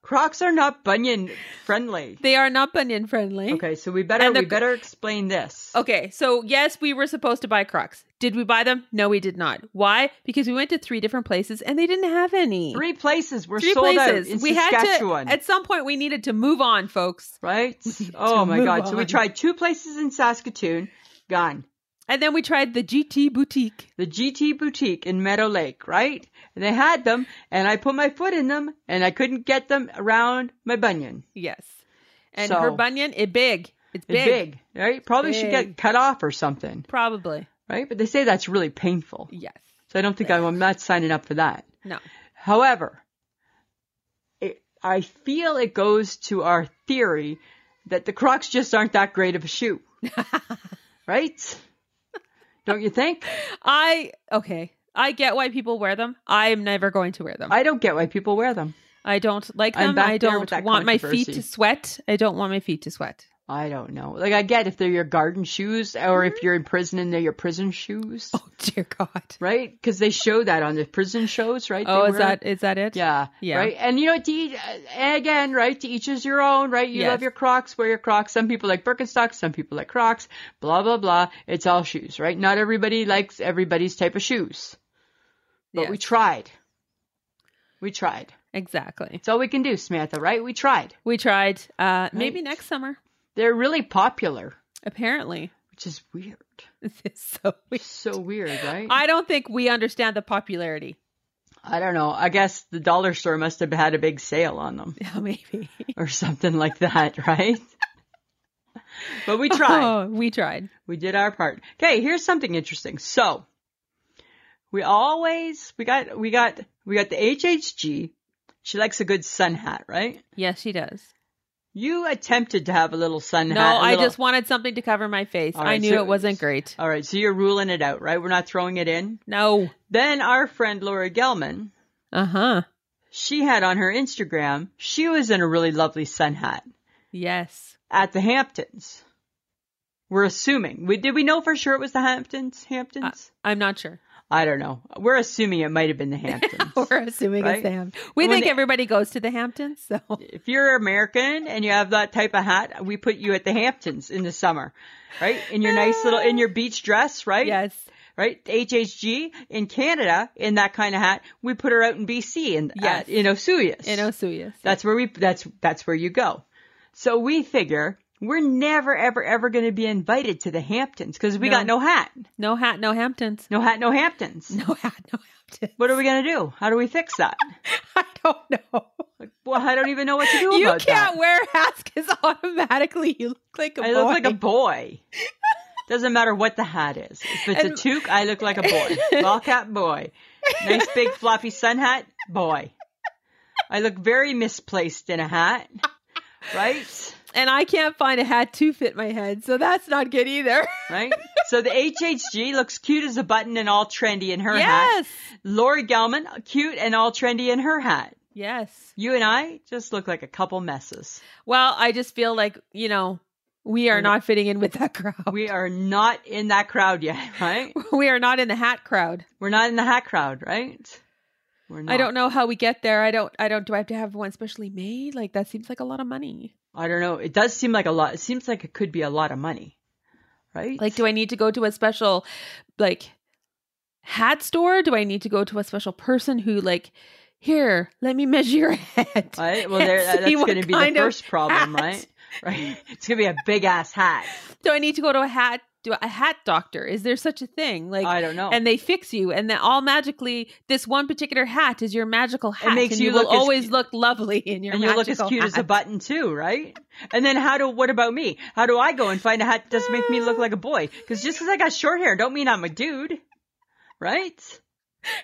B: Crocs are not bunion friendly.
A: They are not bunion friendly.
B: Okay, so we better
A: And Oh, they're
B: we
A: go-
B: better explain this.
A: Okay, so yes, we were supposed to buy Crocs. Did we buy them? No, we did not. Why? Because we went to three different places and they didn't have any.
B: Three places were
A: Three
B: sold out in
A: places. We had
B: Saskatchewan.
A: to. At some point, we needed to move on, folks. (laughs)
B: right?
A: need to
B: Oh my
A: move
B: god. So we
A: on.
B: tried two places in Saskatoon, gone.
A: And then we tried the GT boutique.
B: The GT boutique in Meadow Lake, right? And they had them and I put my foot in them and I couldn't get them around my bunion.
A: Yes, and
B: So-
A: her bunion it big. It's
B: They're
A: big,
B: Big. right? Probably should
A: Big.
B: get cut off or something,
A: probably.
B: right? But they say that's really painful.
A: Yes.
B: So I don't think I'm, I'm not signing up for that.
A: No.
B: However, it, I feel it goes to our theory that the Crocs just aren't that great of a shoe, right? Don't you think?
A: I okay. I get why people wear them. I am never going to wear them. I,
B: I don't get why people wear them.
A: don't like
B: I'm
A: them.
B: back
A: I
B: there with
A: don't
B: that
A: want my feet to
B: controversy.
A: sweat. I don't want my feet to sweat. (laughs)
B: I don't know. Like I get if they're your garden shoes or
A: Mm-hmm.
B: if you're in prison and they're your prison shoes,
A: Oh dear God.
B: right? Because they show that on the prison shows, right?
A: Oh,
B: They
A: is
B: wear-
A: that is that it?
B: Yeah.
A: Yeah.
B: Right. And you know, to each, and again, right? To each is your own, right? You
A: Yes.
B: love your Crocs, wear your Crocs. Some people like Birkenstocks, some people like Crocs, blah, blah, blah. It's all shoes, right? Not everybody likes everybody's type of shoes, but
A: Yeah,
B: we tried. We tried.
A: exactly.
B: It's all we can do, Samantha, right? We tried.
A: We tried. Uh, maybe
B: Right.
A: next summer.
B: They're really popular,
A: Apparently, (laughs)
B: which is weird.
A: it's so weird.
B: So weird, right?
A: I don't think we understand the popularity. (laughs)
B: I don't know. I guess the dollar store must have had a big sale on them
A: Yeah, Oh, maybe.
B: or something like that, (laughs) right? but we tried.
A: Oh, we tried.
B: We did our part. Okay, here's something interesting. So, we always we got we got we got the HHG. She likes a good sun hat, right?
A: Yes, she does.
B: You attempted to have a little sun
A: No,
B: hat. a
A: I
B: little-
A: just wanted something to cover my face.
B: All
A: I
B: right,
A: knew
B: so- uh,
A: it wasn't great.
B: All right, so you're ruling it out, right? We're not throwing it in.
A: No.
B: Then our friend Laura Gelman,
A: Uh huh.
B: she had on her Instagram, she was in a really lovely sun hat
A: Yes.
B: at the Hamptons. We're assuming. We did we know for sure it was the Hamptons? Hamptons?
A: I'm not sure.
B: I don't know. We're assuming it might have been the Hamptons.
A: (laughs) We're assuming
B: Right?
A: it's the Hamptons. We
B: When
A: think
B: they-
A: everybody goes to the Hamptons,
B: (laughs)
A: so
B: if you're American and you have that type of hat, we put you at the Hamptons in the summer, right? In your nice little, in your beach dress, right?
A: yes.
B: Right? HHG in Canada, in that kind of hat, we put her out in BC and
A: Yes.
B: at, in Osuyas.
A: In Osuyas.
B: that's where we, that's, that's where you go. So we figure we're never, ever, ever going to be invited to the Hamptons because we
A: No.
B: got no hat.
A: No hat, no Hamptons.
B: No hat, no Hamptons.
A: No (laughs) hat, no Hamptons.
B: What are we going to do? How do we fix that?
A: (laughs) I don't know.
B: Well, I don't even know what to
A: (laughs)
B: do
A: You
B: about
A: can't
B: that.
A: wear hats because automatically you look like a
B: I
A: boy.
B: look like
A: (laughs)
B: a boy. Doesn't matter what the hat is. If it's
A: And-
B: a toque, I look like a
A: (laughs)
B: boy. Ball cap, boy. Nice big floppy sun hat, boy. I look very misplaced in a hat, right?
A: and I can't find a hat to fit my head, so that's not good either. (laughs)
B: Right? So the HHG looks cute as a button and all trendy in her hat.
A: yes,
B: Lori Gelman, cute and all trendy in her hat.
A: yes.
B: You and I just look like a couple messes.
A: Well, I just feel like you know we are not fitting in with
B: (laughs)
A: that crowd.
B: We are not in that crowd yet, (laughs) right?
A: We are not in the hat crowd.
B: We're not in the hat crowd, right? We're not.
A: I don't know how we get there. I don't. I don't. Do I have to have one specially made? Like that seems like a lot of money.
B: I don't know. It does seem like a lot. It seems like it could be a lot of money, right?
A: Like, do I need to go to a special like hat store? Do I need to go to a special person who like here? Let me measure your (laughs) head.
B: (laughs) right? Well, there,
A: and (laughs)
B: that-
A: see
B: that's
A: what
B: going to be the
A: kind of
B: first problem,
A: hat?
B: right? (laughs) Right. It's going to be a big ass hat.
A: Do I need to go to a hat? Do a hat doctor? Is there such a thing? Like,
B: I don't know.
A: and they fix you, and then all magically, this one particular hat is your magical hat,
B: makes
A: and
B: you
A: you, will
B: look as
A: always
B: cu-
A: look lovely in your
B: and you
A: magical
B: look as cute as a
A: hat.
B: button too, right? And then how do? What about me? How do I go and find a hat that doesn't make me look like a boy? Because just because I got short hair, don't mean I'm a dude, right?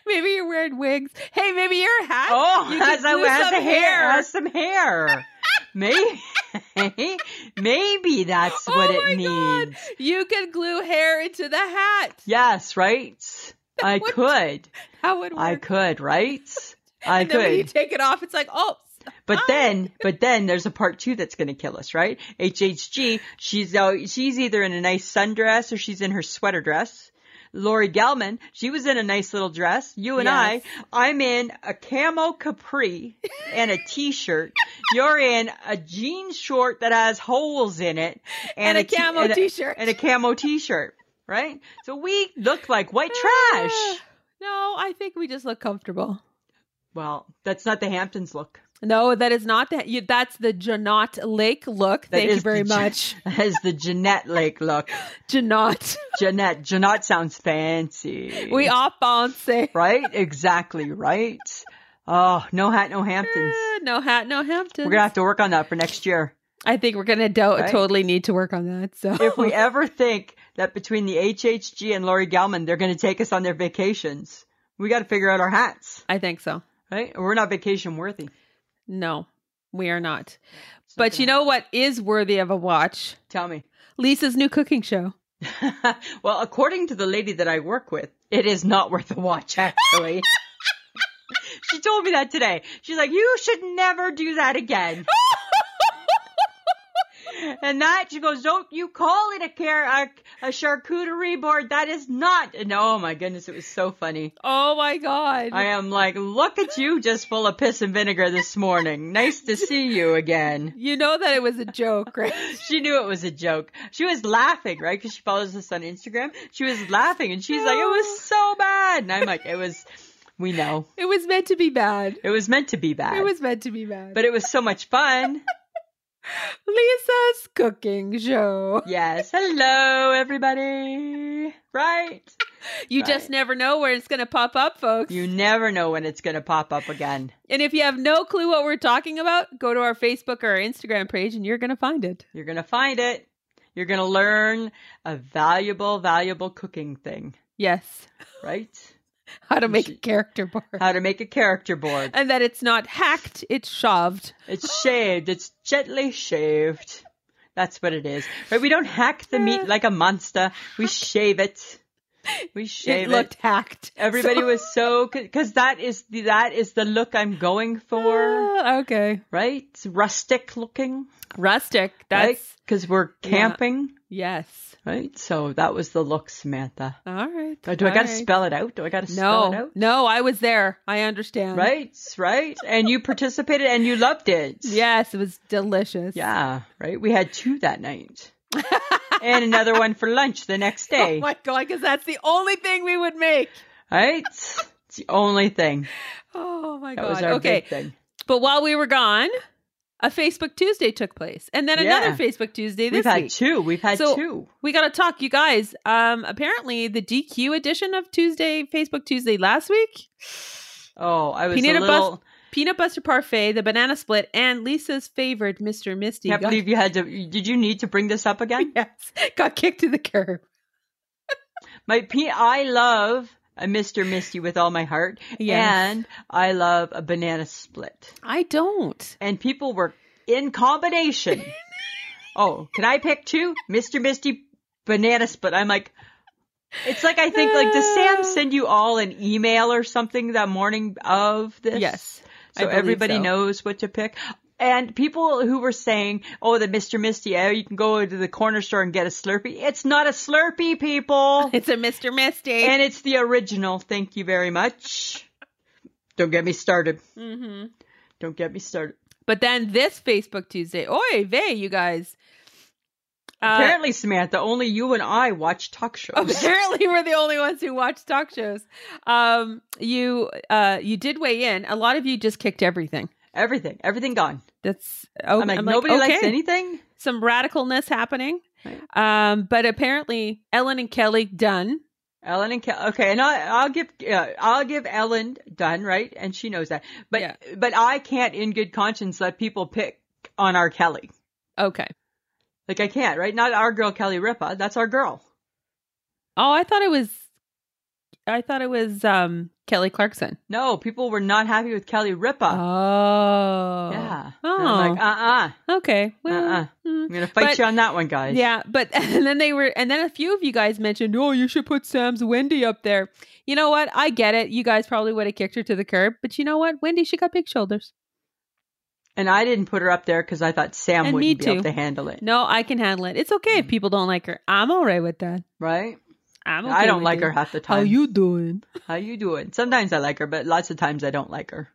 A: Maybe you're wearing wigs. Hey, maybe your hat.
B: Oh,
A: you
B: has,
A: could
B: I,
A: glue
B: has
A: some
B: a hair, has some hair. Maybe, (laughs) maybe that's what
A: Oh
B: it
A: my God.
B: needs.
A: You could glue hair into the hat. (laughs)
B: Yes, right? I
A: would
B: could.
A: That would work. (laughs)
B: I could, right? I
A: and then when you
B: could.
A: take it off, it's like, oh,
B: But
A: Oh.
B: then, but then there's a part two that's going to kill us, right? HHG, she's, uh, she's either in a nice sundress or she's in her sweater dress. Lori Gelman. She was in a nice little dress. You and
A: Yes.
B: I, I'm in a camo capri and a t-shirt. You're in a jean short that has holes in it
A: And, a
B: t-
A: camo
B: and a-
A: t-shirt.
B: and a camo t-shirt, right? So we looked like white
A: Ah.
B: trash.
A: No, I think we just look comfortable.
B: Well, that's not the Hamptons look. (laughs)
A: No, that is not that. You, that's the Janot Lake look.
B: That
A: Thank you
B: is the
A: very
B: Jan-
A: much,
B: That is the Jeanette Lake look.
A: Janot.
B: Jeanette, Jeanette sounds fancy.
A: (laughs) We are fancy.
B: right? Exactly, right? Oh, no hat, no Hamptons.
A: Eh, No hat, no Hamptons.
B: We're gonna have to work on that for next year.
A: I think we're gonna do-
B: Right?
A: totally need to work on that. So (laughs)
B: If we ever think that between the HHG and Lori Gelman, they're gonna take us on their vacations, we gotta figure out our hats,
A: I think so.
B: right? We're not vacation worthy.
A: No, we are not.
B: It's not
A: But you
B: gonna-
A: know what is worthy of a watch?
B: tell me.
A: Lisa's new cooking show.
B: (laughs) well, according to the lady that I work with, it is not worth a watch, actually. she told me that today. She's like, you should never do that again. and that, she goes, don't you call it a, car- a, a charcuterie board. That is not. And oh my goodness, it was so funny.
A: Oh my god!
B: I am like, look at you just full of piss and vinegar this morning. Nice to see you again.
A: you know that it was a joke,
B: (laughs)
A: right?
B: She knew it was a joke. She was laughing, right? Because she follows us on Instagram. She was laughing and she's like, it was so bad. And I'm like, it was, we know.
A: it was meant to be bad.
B: It was meant to be bad.
A: It was meant to be bad.
B: but it was so much fun.
A: Lisa's cooking show.
B: Yes. Hello, everybody. Right?
A: You
B: Right.
A: just never know where it's going to pop up, folks.
B: You never know when it's going to pop up again.
A: and if you have no clue what we're talking about, go to our Facebook or our Instagram page and you're going to find it.
B: You're going to find it. You're going to learn a valuable, valuable cooking thing,
A: Yes.
B: right?
A: How to make a
B: should-
A: character bar.
B: How to make a character board.
A: and that it's not hacked, it's shoved.
B: It's shaved. It's gently shaved. That's what it is. Right? We don't hack the
A: (laughs)
B: meat like a monster. We shave it. We shave
A: it
B: it.
A: looked hacked.
B: Everybody was so because that is the that is the look I'm
A: (sighs)
B: going for,
A: Ah, okay.
B: right? It's rustic looking,
A: Rustic. That's
B: right? Because we're camping,
A: yes.
B: right? So that was the look, Samantha. Uh,
A: All right.
B: Do I gotta
A: All right.
B: spell it out? Do I gotta spell it
A: No.
B: out?
A: No, I was there. I understand.
B: Right, right. And you participated and you loved it.
A: Yes, it was delicious.
B: Yeah, right. We had two that night. and another one for lunch the next
A: (laughs)
B: day.
A: Oh my god, because that's the only thing we would make.
B: right? It's the only thing.
A: Oh my
B: That
A: god.
B: was our
A: okay.
B: big thing.
A: But while we were gone, a Facebook Tuesday took place, and then
B: Yeah.
A: another Facebook Tuesday
B: We've
A: this
B: had
A: week.
B: two. We've had
A: So-
B: two.
A: we got to talk, you guys. Um, apparently, the DQ edition of Tuesday Facebook Tuesday last week,
B: Oh, I was
A: Peanut
B: a little.
A: peanut butter parfait, the banana split, and Lisa's favorite, Mister Misty.
B: Can't
A: got-
B: believe you had to. Did you need to bring this up again?
A: (laughs) yes, got kicked to the curb.
B: My pe- I love a Mr. Misty with all my heart,
A: Yes.
B: and I love a banana split.
A: I don't.
B: And people were in combination. oh, can I pick two? Mr. Misty banana split. I'm like. It's like I think like does
A: Ah.
B: Sam send you all an email or something that morning of this?
A: Yes, I
B: so
A: believe
B: everybody
A: so.
B: knows what to pick. And people who were saying, "Oh, the Mister Misty, oh, you can go to the corner store and get a Slurpee." It's not a
A: (laughs)
B: Slurpee, people,
A: It's a Mister Misty.
B: and it's the original. Thank you very much. Don't get me started.
A: hmm
B: Don't get me started.
A: But then this Facebook Tuesday, oy vey, you guys. Uh,
B: Apparently, Samantha, only you and I watch talk shows.
A: (laughs) apparently we're the only ones who watch talk shows um you uh you did weigh in a lot of you just kicked everything
B: Everything, everything gone.
A: that's oh,
B: I'm like, nobody likes
A: okay.
B: anything.
A: some radicalness happening
B: Right.
A: um but apparently ellen and kelly done
B: Ellen and Kel. Okay, and I, I'll give uh, I'll give Ellen Dunn right, and she knows that. But
A: Yeah.
B: but I can't, in good conscience, let people pick on our Kelly.
A: okay
B: Like I can't, right? Not our girl Kelly Ripa. That's our girl.
A: oh i thought it was i thought it was um kelly clarkson
B: No, people were not happy with Kelly Ripa.
A: oh
B: Uh, yeah.
A: oh
B: And I'm like, uh uh-uh. uh.
A: okay well
B: Uh-uh.
A: mm.
B: i gonna fight
A: But-
B: you on that one, guys.
A: Yeah, but (laughs) and then they were, and then a few of you guys mentioned, oh, you should put Sam's Wendy up there. You know what? I get it. You guys probably would have kicked her to the curb, but you know what? Wendy, she got big shoulders.
B: And I didn't put her up there because I thought Sam
A: And me
B: wouldn't be
A: too.
B: able to handle it. Mm.
A: No, I can handle it. It's okay if people don't like her. I'm all right with that.
B: Right?
A: I'm okay
B: I don't
A: with
B: like
A: it.
B: her half the
A: How
B: time.
A: Oh, you doing?
B: How you doing? Sometimes I like her, but lots of times I don't like
A: (laughs)
B: her.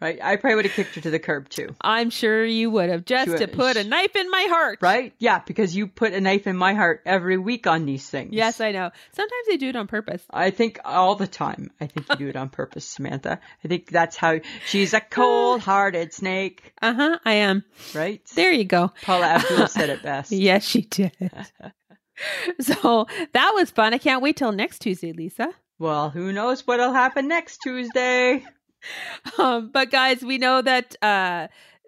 B: right? I probably would have kicked her to the curb too.
A: I'm sure you would have just
B: She
A: to
B: would-
A: put a
B: she-
A: knife in my heart.
B: Right? Yeah, because you put a knife in my heart every week on these things.
A: Yes, I know. Sometimes they do it on purpose.
B: I think all the time. I think you do it on purpose, Samantha. I think that's how she's a cold-hearted snake,
A: Uh huh. I am. (laughs)
B: right?
A: There you go.
B: Paula Abdul said it
A: (laughs)
B: best.
A: Yes, she did. so that was fun. I can't wait till next Tuesday, Lisa.
B: Well, who knows what'll happen next Tuesday?
A: Um, but guys, we know that uh,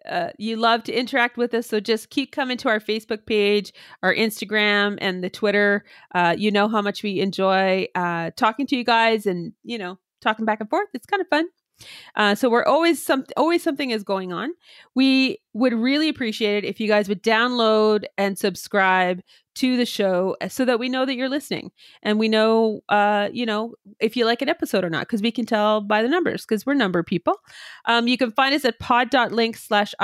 A: uh, you love to interact with us, so just keep coming to our Facebook page, our Instagram, and the Twitter. Uh, you know how much we enjoy uh, talking to you guys, and you know talking back and forth. It's kind of fun. Uh, so we're always some always something is going on. We would really appreciate it if you guys would download and subscribe to the show eh, so that we know that you're listening and we know uh, you know if you like an episode or not because we can tell by the numbers because we're number people. Um, you can find us at pod.link slash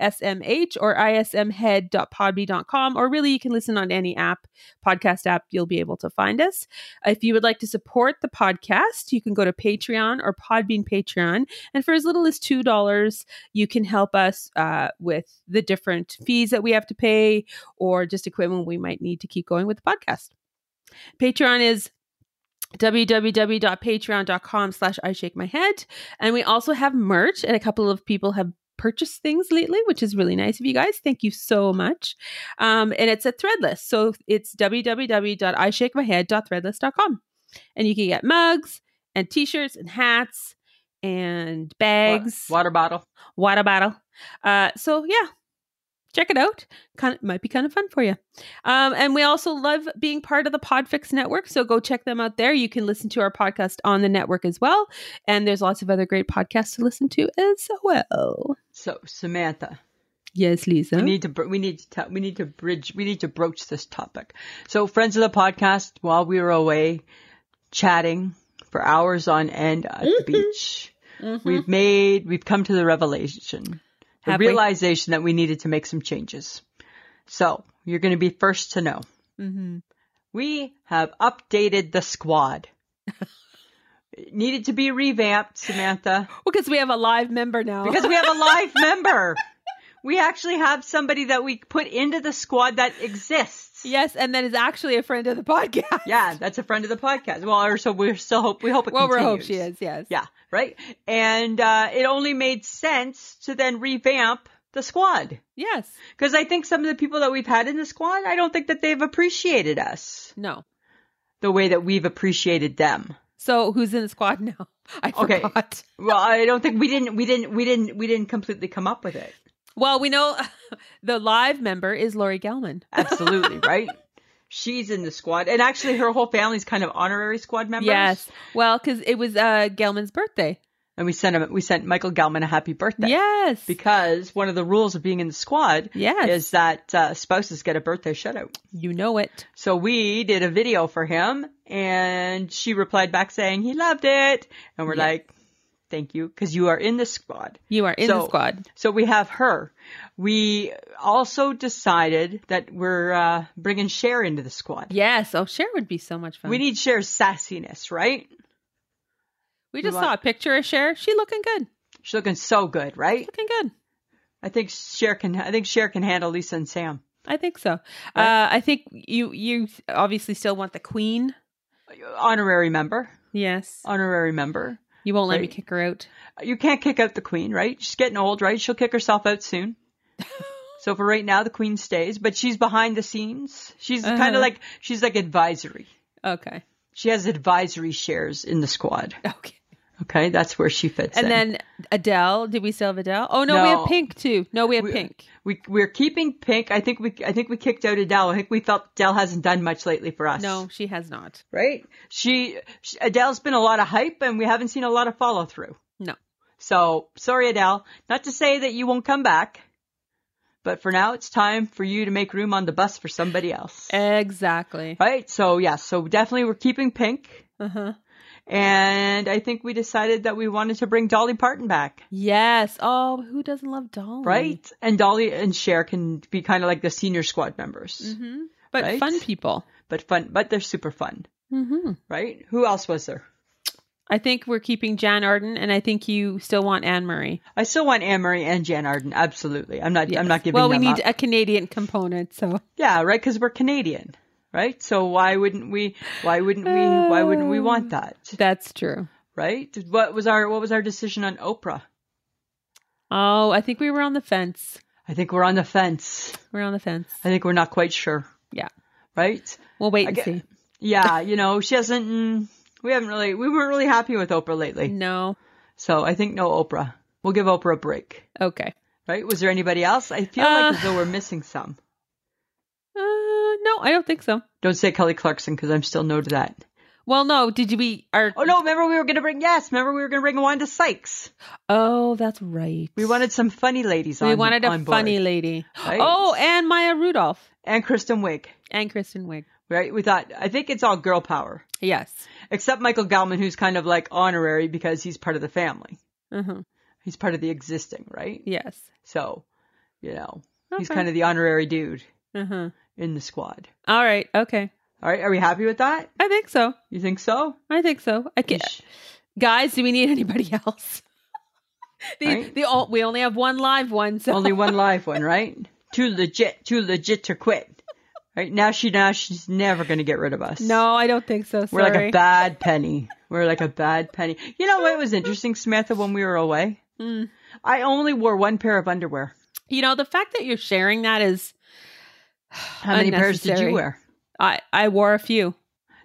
A: ISMH or ismhead.podbe.com, or really you can listen on any app, podcast app, you'll be able to find us. If you would like to support the podcast, you can go to Patreon or Podbean Patreon. And for as little as $2, you can help us uh, with the different fees that we have to pay or just equipment we might need to keep going with the podcast. Patreon is www.patreon.com slash i shake my head and we also have merch and a couple of people have purchased things lately which is really nice of you guys thank you so much um, and it's a threadless so it's www.ishakemyhead.threadless.com and you can get mugs and t-shirts and hats and bags
B: Wa- Water bottle.
A: water bottle. Uh, so yeah, check it out. Kind might be kind of fun for you. Um, and we also love being part of the Podfix network, so go check them out there. You can listen to our podcast on the network as well, and there's lots of other great podcasts to listen to as well.
B: So Samantha,
A: Yes, Lisa.
B: we need to br- we need to ta- we need to bridge we need to broach this topic. So friends of the podcast, while we were away chatting for hours on end at
A: Mm-hmm.
B: the beach,
A: Mhm.
B: we've made we've come to the revelation, the
A: Have we?
B: realization that we needed to make some changes. So you're going to be first to know.
A: Mhm.
B: We have updated
A: (laughs)
B: the squad. It needed to be revamped, Samantha.
A: Well, because we have a live member now.
B: Because we have
A: (laughs)
B: a live member. We actually have somebody that we put into the squad that exists.
A: yes, and that is actually a friend of the podcast.
B: Yeah, that's a friend of the podcast. Well, or so we still hope we hope it
A: well, we
B: continues.
A: hope she is. Yes.
B: Yeah, right. And uh, it only made sense to then revamp the squad
A: Yes.
B: because I think some of the people that we've had in the squad, I don't think that they've appreciated us
A: No.
B: the way that we've appreciated them.
A: So who's in the squad now? (laughs) I
B: Okay.
A: forgot.
B: Well, I don't think we didn't we didn't we didn't we didn't completely come up with it.
A: Well, we know (laughs) the live member is Lori Gelman.
B: Absolutely, right? She's in the squad. And actually her whole family's kind of honorary squad members.
A: Yes. Well, because it was uh, Gelman's birthday.
B: And we sent him we sent Michael Gelman a happy birthday.
A: yes.
B: Because one of the rules of being in the squad
A: yes.
B: is that uh, spouses get a birthday shutout.
A: you know it.
B: So we did a video for him and she replied back saying he loved it. And we're
A: Yeah.
B: like, Thank you, because you are in the squad.
A: You are in the
B: So-
A: squad.
B: So we have her. We also decided that we're uh, bringing Cher into the squad.
A: Yes. Oh, Cher would be so much fun.
B: We need Cher's sassiness, right?
A: We just
B: we
A: saw a
B: want-
A: picture of Cher. She looking good.
B: She's looking so good, right?
A: Looking good.
B: I think Cher can. I think Cher can handle Lisa and Sam.
A: I think so. Uh,
B: Right.
A: I think you you obviously still want the queen.
B: Honorary member,
A: Yes.
B: honorary member.
A: You won't let me
B: Right.
A: kick her out.
B: You can't kick out the queen, right? She's getting old, right? She'll kick herself
A: (laughs)
B: out soon. So for right now, the queen stays, but she's behind the scenes. She's kind
A: Uh-huh.
B: of like she's like advisory.
A: Okay. (laughs)
B: She has advisory shares in the squad.
A: Okay.
B: Okay, that's where she fits.
A: And
B: in.
A: then Adele. Did we still have Adele? Oh no, we
B: No.
A: have Pink too. No, we have
B: We-
A: Pink.
B: We we're keeping Pink. I think we I think we kicked out Adele. I think we felt Adele hasn't done much lately for us.
A: No, she has not.
B: right? She, she Adele's been a lot of hype, and we haven't seen a lot of follow through.
A: No.
B: So sorry, Adele. Not to say that you won't come back, but for now it's time for you to make room on the bus for somebody else.
A: Exactly.
B: right? So yeah, so definitely we're keeping Pink,
A: Uh huh.
B: and I think we decided that we wanted to bring Dolly Parton back.
A: Yes. Oh, who doesn't love Dolly?
B: Right? And Dolly and Cher can be kind of like the senior squad members.
A: hmm But
B: Right?
A: fun people.
B: but fun, but they're super fun,
A: Mm-hmm.
B: right? Who else was there?
A: I think we're keeping Jan Arden, and I think you still want Anne Marie.
B: I still want Anne Marie and Jan Arden. Absolutely. I'm not, I'm
A: Yes.
B: not giving
A: Well, we
B: them
A: need
B: up.
A: a Canadian component, so (laughs)
B: Yeah, right. Because we're Canadian, right? So why wouldn't we? Why wouldn't we? Why wouldn't we want
A: Uh.
B: that,
A: that's true.
B: right? What was our What was our decision on Oprah?
A: Oh, I think we were on the fence.
B: I think we're on the fence.
A: We're on the fence.
B: I think we're not quite sure,
A: Yeah,
B: right?
A: we'll wait
B: I
A: and
B: get-
A: see.
B: Yeah, you know, she hasn't. mm, We haven't really. We weren't really happy with Oprah lately,
A: No,
B: so I think no Oprah. We'll give Oprah a break,
A: okay.
B: right? Was there anybody else? I feel
A: Uh,
B: like as though we're missing some.
A: Uh, no, I don't think so.
B: Don't say Kelly Clarkson because I'm still no to that.
A: Well, no. Did you be? Our,
B: Oh no! Remember we were going to bring yes. Remember we were going to bring Wanda Sykes.
A: oh, that's right.
B: We wanted some funny ladies on.
A: We wanted a
B: on board.
A: funny lady.
B: Right.
A: Oh, and Maya Rudolph
B: and Kristen Wiig.
A: and Kristen Wiig.
B: Right? We thought I think it's all girl power,
A: Yes.
B: except Michael Gallman, who's kind of like honorary because he's part of the family.
A: Uh-huh.
B: He's part of the existing, right?
A: Yes.
B: So, you know, he's
A: Okay.
B: kind of the honorary dude
A: Uh-huh.
B: in the squad.
A: All right. Okay.
B: All right, are we happy with that?
A: I think so.
B: You think so?
A: I think so. I can
B: Ish.
A: Guys, do we need anybody (laughs) else? the
B: Right.
A: the all, we only have one live one, so
B: Only one live one, right? Too legit, too legit to quit. Right now, she now she's never gonna get rid of us.
A: no, I don't think so.
B: We're
A: Sorry.
B: like a bad penny.
A: (laughs)
B: We're like a bad penny. You know what was interesting, Samantha, when we were away?
A: Mm.
B: I only wore one pair of underwear.
A: You know, the fact that you're sharing that is
B: How many pairs did you
A: Unnecessary.
B: wear?
A: I I wore a few.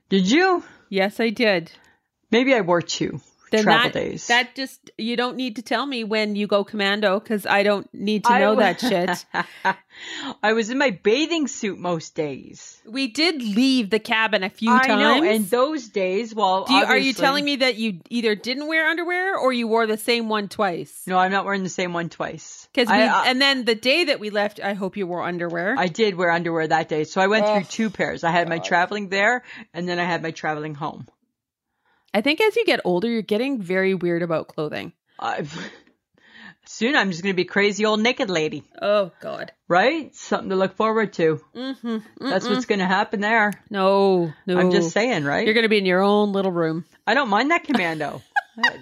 B: Did you?
A: Yes, I did.
B: Maybe I wore two
A: Then
B: travel
A: that,
B: days.
A: That just you don't need to tell me when you go commando cuz I don't need to know
B: (laughs)
A: that shit.
B: I was in my bathing suit most days.
A: We did leave the cabin a few
B: I
A: times.
B: know, and those days, well,
A: Do you, are you
B: obviously-
A: telling me that you either didn't wear underwear or you wore the same one twice?
B: No, I'm not wearing the same one twice.
A: Because we
B: I, I,
A: and then the day that we left, uh, I hope you wore underwear.
B: I did wear underwear that day, so I went
A: Oh,
B: through two pairs. I had my
A: God.
B: traveling there, and then I had my traveling home.
A: I think as you get older, you're getting very weird about clothing.
B: i (laughs) soon, I'm just going to be crazy old naked lady,
A: Oh God.
B: right? Something to look forward to.
A: Mm-hmm.
B: That's what's going to happen there.
A: no, no.
B: I'm just saying, right?
A: You're gonna be in your own little room.
B: I don't mind
A: (laughs)
B: that commando. I,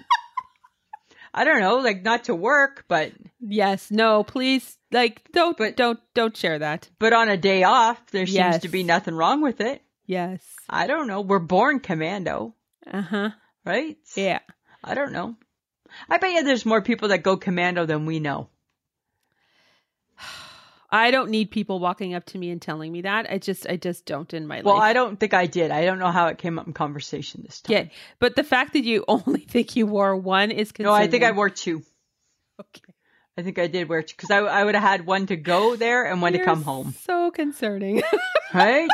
B: I don't know, like not to work, but
A: Yes. No. Please, like, don't,
B: But-
A: don't, don't share that.
B: but on a day off, there seems
A: Yes.
B: to be nothing wrong with it.
A: Yes.
B: I don't know. We're born commando,
A: Uh huh.
B: right?
A: Yeah.
B: I don't know. I bet you there's more people that go commando than we know.
A: I don't need people walking up to me and telling me that. I just, I just don't in my
B: Well,
A: life.
B: I don't think I did. I don't know how it came up in conversation this time.
A: Yeah, but the fact that you (laughs) only think you wore one is
B: no,
A: concerning.
B: I think I wore two.
A: Okay.
B: I think I did wear two because I, I would have had one to go there and one
A: You're
B: to come home,
A: So concerning. (laughs)
B: right?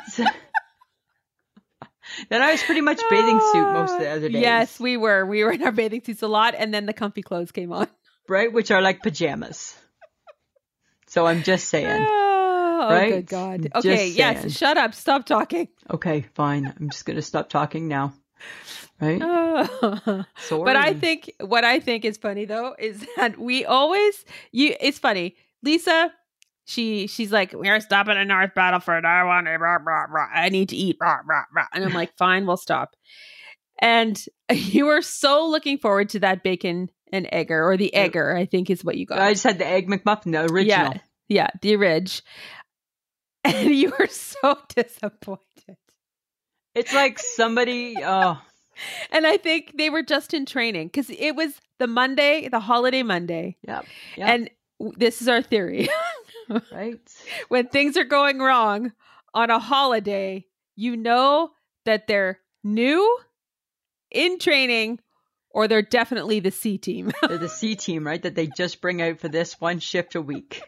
B: then I was pretty much bathing suit most of the other days.
A: Uh, Yes, we were. We were in our bathing suits a lot, and then the comfy clothes came on.
B: right? Which are like pajamas. So I'm just saying.
A: (laughs) Oh,
B: Right?
A: good God.
B: Just
A: Okay,
B: saying.
A: yes. Shut up. Stop
B: (laughs)
A: talking.
B: Okay, fine. I'm just gonna stop talking now. Right?
A: Oh. (laughs)
B: Sorry.
A: Uh, But I think what I think is funny though is (laughs) that we always you. It's funny, Lisa. She she's like we're stopping in North Battleford. I want to rah, rah, rah. I need to eat rah, rah, rah. and I'm
B: (laughs)
A: like fine, we'll stop. And (laughs) you were so looking forward to that bacon and egger or the
B: Yeah.
A: egger, I think is what you got.
B: I just had the egg McMuffin, the original.
A: Yeah, yeah, the ridge. (laughs) And you were so (laughs) disappointed.
B: It's like somebody uh
A: And I think they were just in training because it was the Monday, the holiday Monday.
B: yeah, Yeah.
A: And w- this is our theory. (laughs)
B: right.
A: when things are going wrong on a holiday, you know that they're new, in training, or they're definitely the C team. (laughs)
B: They're the C team, right? That they just bring out for this one shift a week.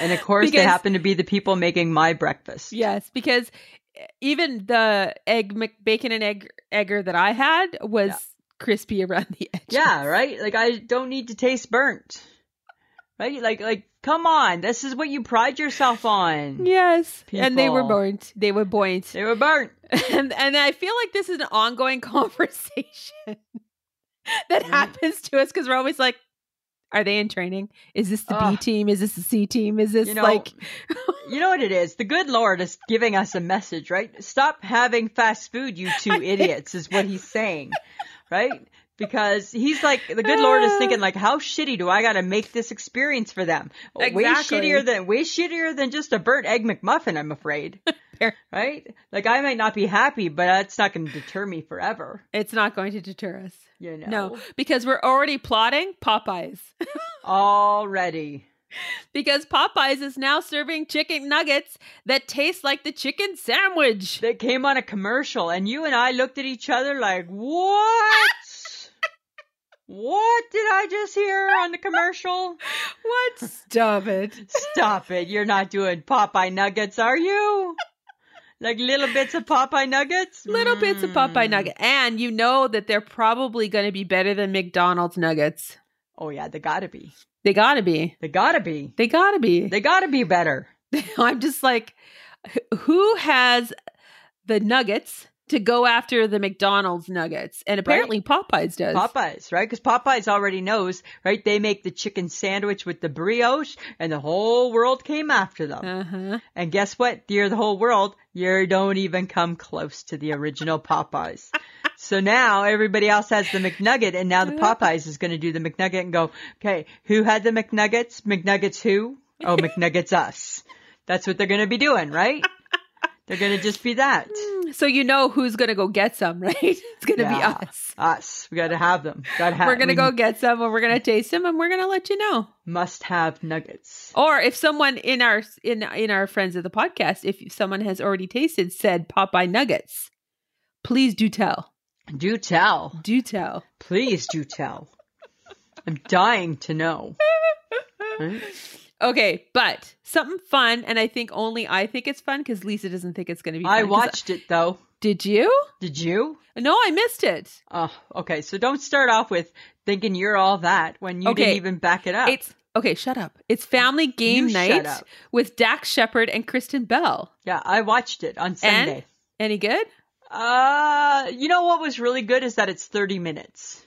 B: And of course they
A: Because-
B: happen to be the people making my breakfast.
A: yes, because eh, even the egg Mc, bacon and egg egger that I had was
B: Yeah.
A: crispy around the (laughs) edges.
B: Yeah, right? Like I don't need to taste burnt. Right? Like like come on, this is what you pride yourself on.
A: Yes, and they were
B: People.
A: buoyant. They were buoyant,
B: They were burnt.
A: (laughs) and and I feel like this is an ongoing (laughs) conversation (laughs) that
B: Mm.
A: happens to us because we're always like, Are they in training? Is this the B
B: Ugh.
A: team? Is this the C team? Is this
B: You know-
A: like
B: You know what it is? The good Lord is giving us a message, right? Stop having fast food, you
A: (laughs)
B: two idiots, is what he's saying, right? Because he's like, the good Lord is thinking, like, how shitty do I gotta make this experience for them? Way
A: Exactly.
B: shittier than, way shittier than just a burnt egg McMuffin, I'm afraid.
A: (laughs) Fair.
B: right? Like, I might not be happy, but that's not gonna deter me forever,
A: it's not going to deter us?
B: you know?
A: No, because we're already plotting Popeyes. (laughs)
B: Already.
A: because Popeyes is now serving chicken nuggets that taste like the chicken sandwich.
B: They came on a commercial, and you and I looked at each other like, what? what did I just hear on the commercial?
A: What? Stop it.
B: Stop it. You're not doing Popeye nuggets, are you? Like little bits of Popeye nuggets?
A: Little bits of Popeye
B: Mm.
A: nugget. And you know that they're probably going to be better than McDonald's nuggets.
B: Oh, yeah, they gotta be.
A: They got to be.
B: They gotta be.
A: They got to be.
B: They gotta be better.
A: (laughs) I'm just like, wh- who has the nuggets to go after the McDonald's nuggets? And apparently Popeyes does.
B: Popeyes, right? Because Popeyes already knows, right? They make the chicken sandwich with the brioche, and the whole world came after them.
A: uh-huh.
B: And guess what? Dear the whole world, you don't even come close to the
A: (laughs)
B: original Popeyes. So now everybody else has the McNugget and now the Popeyes is going to do the McNugget and go, okay, who had the McNuggets? McNuggets who?
A: (laughs)
B: Oh, McNuggets us. That's what they're going to be doing, right? They're going to just be that.
A: So you know who's going to go get some, (laughs) right? It's going to
B: Yeah.
A: be us.
B: Us. We got to have them. Got to have
A: We're going to
B: we
A: go get some and we're going to taste them and we're going to let you know.
B: Must have nuggets.
A: Or if someone in our in in our friends of the podcast, if someone has already tasted said Popeye nuggets, please do tell.
B: Do tell.
A: Do tell.
B: Please do tell. I'm dying to know. Right?
A: Okay, but something fun, and I think only I think it's fun because Lisa doesn't think it's going to be. Fun
B: I
A: 'Cause-
B: watched it though.
A: Did you?
B: Did you?
A: No, I missed it.
B: Oh, okay. So don't start off with thinking you're all that when you
A: Okay.
B: didn't even back it up.
A: It's okay. Shut up. It's family game
B: You shut
A: night
B: up.
A: with Dax Shepard and Kristen Bell.
B: yeah, I watched it on Sunday.
A: Any good? (laughs)
B: Uh, you know what was really good is that it's
A: (laughs)
B: 30 minutes.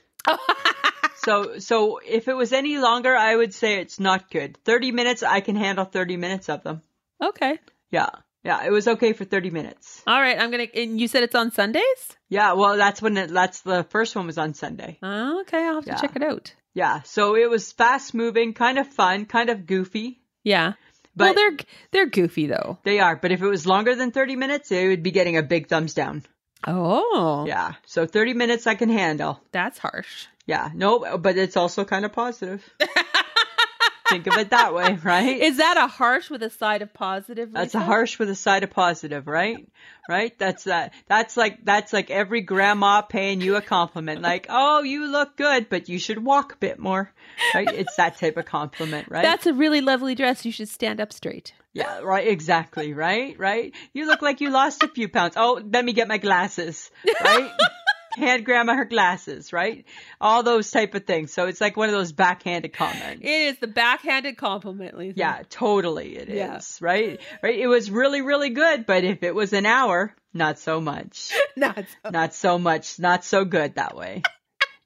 B: So, so if it was any longer, I would say it's not good. 30 minutes, I can handle 30 minutes of them.
A: okay.
B: Yeah. Yeah, it was okay for 30 minutes.
A: All right. I'm gonna. And you said it's on Sundays.
B: Yeah, well, that's when it, that's the first one was on Sunday.
A: Oh, okay, I'll have to
B: Yeah.
A: check it out.
B: Yeah, so it was fast moving, kind of fun, kind of goofy,
A: Yeah. well,
B: but
A: they're they're goofy though.
B: They are, but if it was longer than 30 minutes, it would be getting a big thumbs down.
A: Oh,
B: Yeah. So 30 minutes I can handle.
A: that's harsh.
B: Yeah. No, but it's also kind of positive. Think of it that way, right?
A: Is that a harsh with a side of positive?
B: that's a
A: Lisa?
B: harsh with a side of positive, right? Right? That's that. That's like that's like every grandma paying you a compliment, like, "Oh, you look good, but you should walk a bit more." Right? It's that type of compliment, right?
A: That's a really lovely dress. You should stand up straight.
B: Yeah, Uh, right, exactly, right, right. You look like you lost a few pounds. Oh, let me get my glasses,
A: (laughs)
B: right? Hand grandma her glasses, right? All those type of things. So it's like one of those backhanded
A: It
B: comments.
A: is the backhanded compliment, Lisa.
B: Yeah, totally it is,
A: Yeah.
B: right? Right? It was really, really good, but if it was an hour, not so much.
A: No, it's-
B: (laughs) Not so much, not so good that way.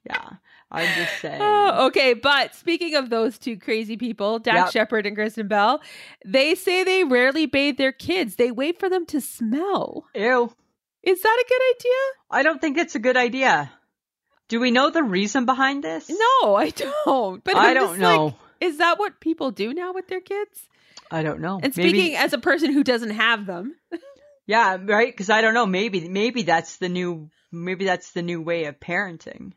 B: Yeah. I'm just
A: (laughs) (laughs)
B: saying.
A: Oh, okay. But speaking of those two crazy people, Dak
B: Yep.
A: Shepard and Kristen Bell, they say they rarely bathe their kids. They wait for them to smell.
B: Ew.
A: Is that a good idea?
B: I don't think it's a good idea. Do we know the reason behind this?
A: No, I don't. But
B: I
A: I'm
B: don't
A: just like,
B: know.
A: is that what people do now with their kids?
B: I don't know.
A: And
B: Maybe-
A: speaking as a person who doesn't have them,
B: yeah, right? Because I don't know. Maybe, maybe that's the new, maybe that's the new way of parenting.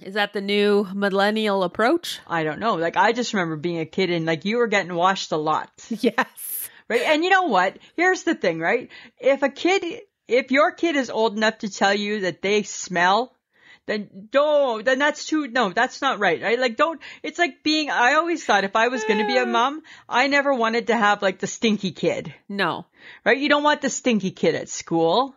A: is that the new millennial approach?
B: I don't know. Like I just remember being a kid and like you were getting washed a lot,
A: (laughs) Yes.
B: right? And you know what? Here's the thing, right? If a kid, if your kid is old enough to tell you that they smell. Then don't. Then that's too. No, that's not right. Right? Like don't. It's like being. I always thought if I was going to be a mom, I never wanted to have like the stinky kid.
A: No.
B: right? You don't want the stinky kid at school,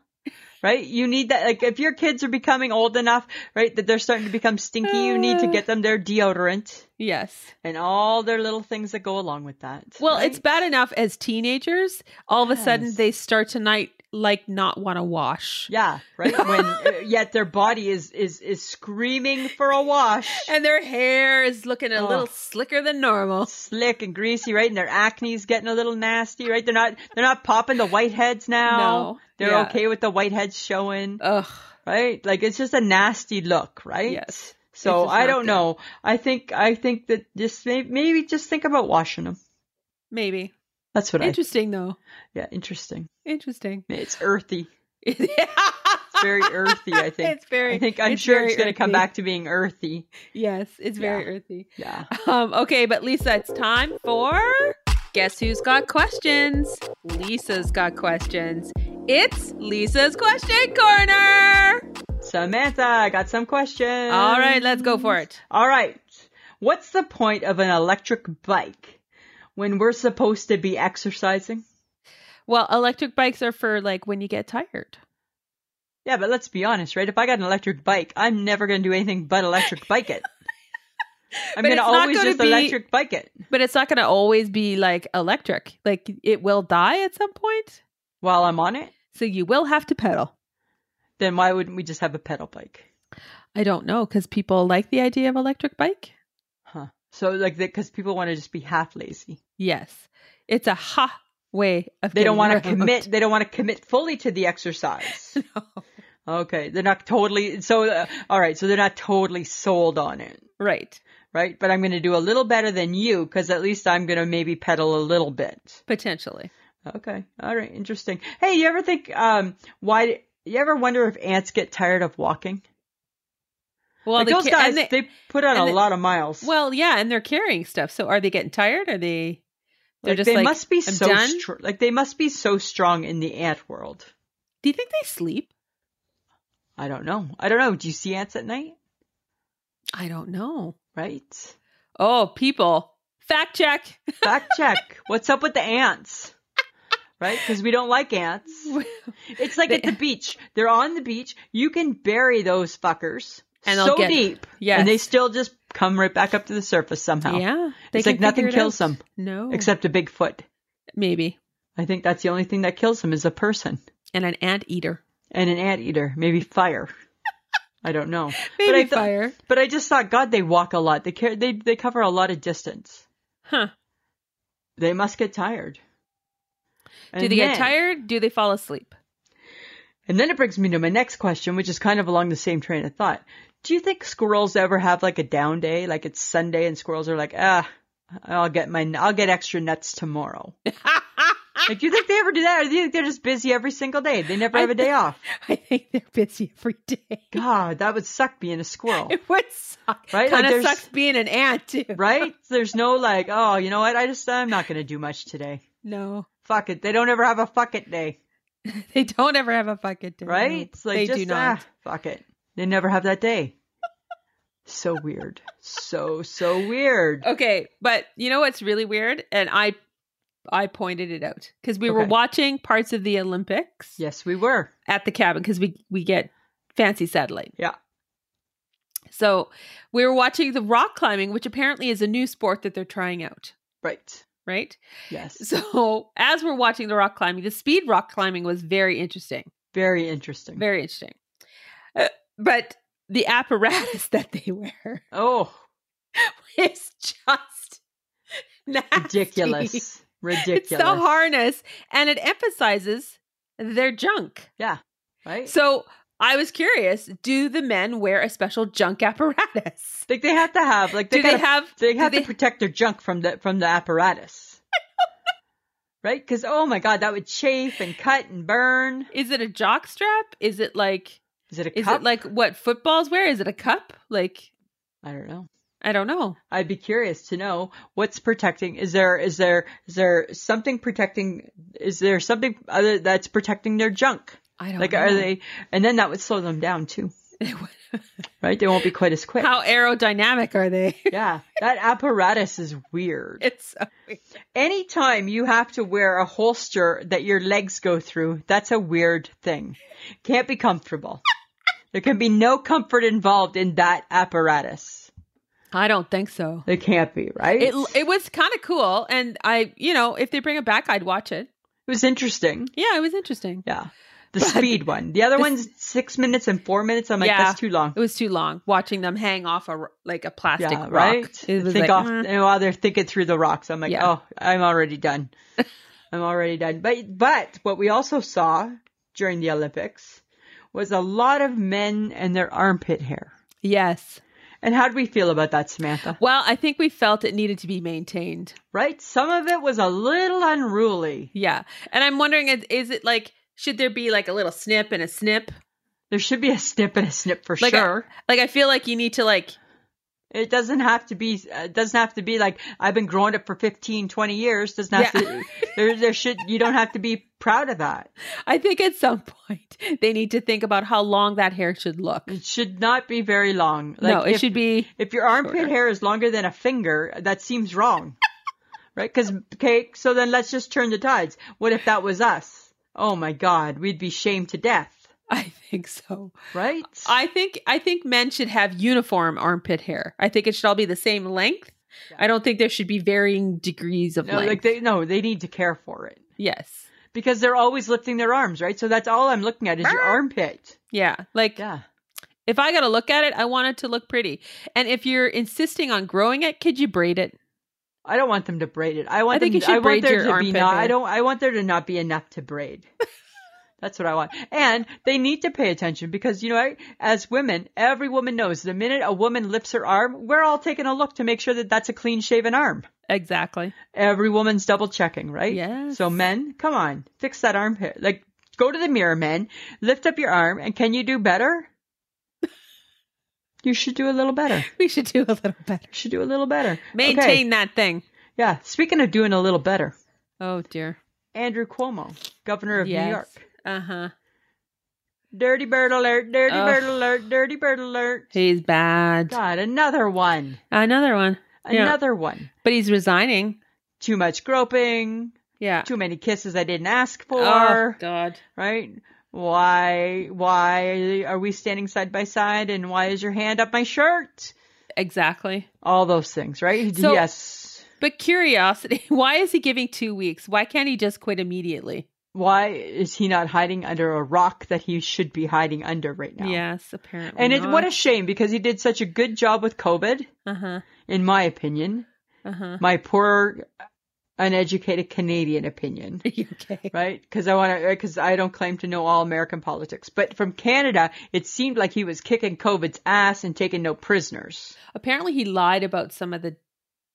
B: right? You need that, like, if your kids are becoming old enough, right, that they're starting to become stinky, you
A: (sighs)
B: need to get them their deodorant
A: Yes.
B: and all their little things that go along with that.
A: Well,
B: right?
A: it's bad enough as teenagers. All of a sudden,
B: Yes.
A: they start to night like not want to wash.
B: Yeah,
A: (laughs)
B: right. When uh, yet their body is is is screaming for a wash,
A: And their hair is looking a
B: Oh.
A: little slicker than normal.
B: slick and greasy, right? And their acne's getting a little nasty, right? They're not they're not popping the whiteheads now.
A: No.
B: They're
A: Yeah.
B: okay with the whiteheads showing,
A: Ugh.
B: right? Like it's just a nasty look, right?
A: Yes.
B: So
A: It's just
B: I
A: not
B: don't
A: good.
B: know. I think I think that just maybe, maybe just think about washing them.
A: Maybe.
B: That's what
A: Interesting though.
B: I. Yeah, interesting.
A: Interesting. (laughs)
B: It's earthy.
A: it's (laughs)
B: Very earthy. I think.
A: It's very
B: I think I'm
A: it's
B: sure
A: very
B: it's going to come
A: earthy.
B: back to being earthy.
A: Yes, it's very
B: Yeah.
A: earthy.
B: Yeah.
A: Um, okay, but Lisa, it's time for Guess Who's Got Questions? Lisa's Got Questions. It's Lisa's Question Corner.
B: Samantha, I got some questions.
A: All right, let's go for it.
B: All right. What's the point of an electric bike when we're supposed to be exercising?
A: Well, electric bikes are for like when you get tired.
B: Yeah, but let's be honest, right? If I got an electric bike, I'm never going to do anything but electric
A: (laughs)
B: bike it. I'm
A: But
B: going
A: it's
B: to
A: not
B: always
A: gonna
B: just
A: be-
B: electric bike it.
A: But it's not going to always be like electric. Like it will die at some point.
B: While I'm on it,
A: So you will have to pedal.
B: then why wouldn't we just have a pedal bike?
A: I don't know because people like the idea of electric bike.
B: Huh. So like that because people want to just be half lazy.
A: Yes, it's a ha way of.
B: They don't want to
A: getting around.
B: commit. They don't want to commit fully to the exercise. Okay, they're not totally so. Uh, all right, so they're not totally sold on it,
A: (laughs) Right,
B: right? But I'm going to do a little better than you because at least I'm going to maybe pedal a little bit.
A: potentially.
B: Okay, all right, interesting. Hey, you ever think um why? You ever wonder if ants get tired of walking?
A: Well,
B: like
A: the
B: those
A: ki-
B: guys,
A: and
B: they,
A: they-
B: put on
A: and
B: a
A: the-
B: lot of miles.
A: Well, yeah, and they're carrying stuff. So are they getting tired? Are they? They're
B: Like,
A: just
B: they
A: like.
B: must be
A: "I'm
B: so
A: done."
B: str- like they must be so strong in the ant world.
A: Do you think they sleep?
B: I don't know. I don't know. Do you see ants at night?
A: I don't know.
B: Right.
A: Oh, people, fact (laughs) check.
B: Fact check. What's up with the ants? Right? Because we don't
A: (laughs)
B: like ants. It's like at the beach. They're on the beach. You can bury those fuckers
A: And they'll
B: so
A: get-
B: deep,
A: Yes.
B: and they still just come right back up to the surface somehow.
A: yeah,
B: It's like
A: can
B: nothing
A: figure it
B: kills
A: out.
B: them.
A: No,
B: Except a Bigfoot.
A: maybe
B: I think that's the only thing that kills them is a person
A: and an anteater.
B: and an anteater, maybe fire. I
A: (laughs)
B: don't know.
A: Maybe
B: but I thought-
A: fire.
B: But I just thought, God, they walk a lot. They care. They they cover a lot of distance.
A: Huh.
B: They must get tired.
A: Do
B: And
A: they get
B: then-
A: tired? Do they fall asleep? (laughs)
B: And then it brings me to my next question, which is kind of along the same train of thought. Do you think squirrels ever have like a down day? Like it's Sunday and squirrels are like, ah, I'll get my, I'll get extra
A: (laughs)
B: nuts tomorrow. Like, do you think they ever do that? Or do you think they're just busy every single day? They never
A: I
B: have a day
A: think-
B: off.
A: I think they're busy every day. (laughs)
B: God, that would suck being a squirrel.
A: It would suck.
B: Right? Like,
A: Kind of
B: there's-
A: sucks being an ant too.
B: Right? There's no like, oh, you know what? I just, I'm not going to do much today.
A: No, (laughs)
B: Fuck it. They don't ever have a fuck it day.
A: they don't ever have a fucking day.
B: Right? It's like
A: they
B: just,
A: do not.
B: ah, fuck it. They never have that day. So weird. So so weird.
A: Okay, but you know what's really weird, and I, I pointed it out because we were
B: Okay.
A: watching parts of the Olympics
B: Yes, we were.
A: at the cabin because we we get fancy satellite.
B: Yeah.
A: So we were watching the rock climbing, which apparently is a new sport that they're trying out.
B: Right.
A: Right. (laughs)
B: Yes.
A: So as we're watching the rock climbing, the speed rock climbing was very interesting.
B: Very interesting.
A: Very interesting. Uh, but the apparatus (laughs) that they wear
B: oh,
A: is just (laughs) nasty.
B: ridiculous. Ridiculous.
A: It's the harness and it emphasizes their junk.
B: Right?
A: So I was curious do the men wear a special junk apparatus?
B: like they have to have like (laughs) they
A: Do they
B: gotta,
A: have.
B: they have
A: do
B: to protect their junk from the from the apparatus. right? Cuz oh my god, that would chafe and cut and burn.
A: Is it a jock strap? Is it like.
B: Is it a
A: Is
B: cup?
A: it like what footballs wear? Is it a cup? Like,
B: I don't know.
A: I don't know.
B: I'd be curious to know what's protecting. Is there is there is there something protecting? Is there something other that's protecting their junk?
A: I don't
B: Like
A: know.
B: are they? And then that would slow them down too, right? They won't be quite as quick.
A: (laughs) How aerodynamic are they?
B: (laughs) yeah, that apparatus is weird.
A: (laughs) it's uh, so weird.
B: Anytime you have to wear a holster that your legs go through, that's a weird thing. Can't be comfortable. there can be no comfort involved in that apparatus.
A: I don't think so.
B: It can't be, right?
A: It it was kind of cool, and I you know if they bring it back, I'd watch it.
B: It was interesting.
A: Yeah, it was interesting.
B: Yeah. The
A: But-
B: speed one. The other
A: the-
B: one's six minutes and four minutes. I'm like,
A: Yeah.
B: that's too long.
A: It was too long watching them hang off a r- like a plastic
B: Yeah,
A: rock.
B: right?
A: It was like,
B: Think off
A: mm.
B: and while they're thinking through the rocks. I'm like,
A: Yeah.
B: oh, I'm already
A: (laughs)
B: done. I'm already done. But but what we also saw during the Olympics was a lot of men and their armpit hair.
A: yes.
B: And how do we feel about that, Samantha?
A: Well, I think we felt it needed to be maintained.
B: Right? Some of it was a little unruly.
A: Yeah, and I'm wondering, is, is it like should there be like a little snip and a snip?
B: There should be a snip and a snip for
A: Like a-
B: sure.
A: Like I feel like you need to like
B: It doesn't have to be, uh, it doesn't have to be like, I've been growing it for 15, 20 years. Doesn't have
A: Yeah.
B: to, there, there should, you don't have to be proud of that.
A: I think at some (laughs) point they need to think about how long that hair should look.
B: It should not be very long.
A: no, it
B: Mm. if,
A: should be.
B: If your armpit
A: shorter.
B: hair is longer than a finger, that seems wrong. right? Cause, okay, so then let's just turn the tides. What if that was us? Oh my God, we'd be shamed to death.
A: I think so.
B: Right?
A: I think I think men should have uniform armpit hair. I think it should all be the same length. I don't think there should be varying degrees of
B: no,
A: length.
B: like they, no, they need to care for it
A: yes.
B: because they're always lifting their arms, right? So that's all I'm looking at is your armpit.
A: Yeah. Like
B: Yeah.
A: if I got to look at it, I want it to look pretty. And if you're insisting on growing it, could you braid it?
B: I don't want them to braid it. I want
A: I think
B: them,
A: you should
B: I want
A: braid
B: there
A: your
B: to
A: armpit
B: be not,
A: hair.
B: I don't I want there to not be enough to
A: (laughs)
B: braid. That's what I want. And they need to pay attention because you know, I- as women, every woman knows the minute a woman lifts her arm, we're all taking a look to make sure that that's a clean-shaven arm. (laughs)
A: Exactly.
B: Every woman's double checking, right?
A: Yes.
B: So men, come on, fix that armpit. Like go to the mirror, men, lift up your arm and can you do
A: (laughs)
B: better? you should do a little better.
A: We should do a little better.
B: You should do a little better. Okay.
A: Maintain that thing.
B: Yeah, speaking of doing a little better.
A: Oh dear.
B: Andrew Cuomo, governor of
A: Yes.
B: New York.
A: Uh-huh.
B: Dirty bird alert, dirty
A: Ugh.
B: bird alert, dirty bird alert.
A: He's bad.
B: God, another one.
A: Another one. Yeah.
B: Another one.
A: But he's resigning.
B: Too much groping,
A: Yeah.
B: too many kisses I didn't ask
A: Oh
B: for,
A: God.
B: right? Why why are we standing side by side and why is your hand up my shirt?
A: Exactly.
B: All those things, right?
A: So-
B: yes.
A: But curiosity, (laughs) why is he giving two weeks? Why can't he just quit immediately?
B: Why is he not hiding under a rock that he should be hiding under right now?
A: Yes, apparently.
B: And it, what a shame because he did such a good job with COVID,
A: uh huh
B: in my opinion.
A: uh (laughs) huh.
B: my poor uneducated Canadian opinion,
A: okay.
B: right? Because I want to, because I don't claim to know all American politics, but from Canada, it seemed like he was kicking COVID's ass and taking no prisoners.
A: Apparently, he lied about some of the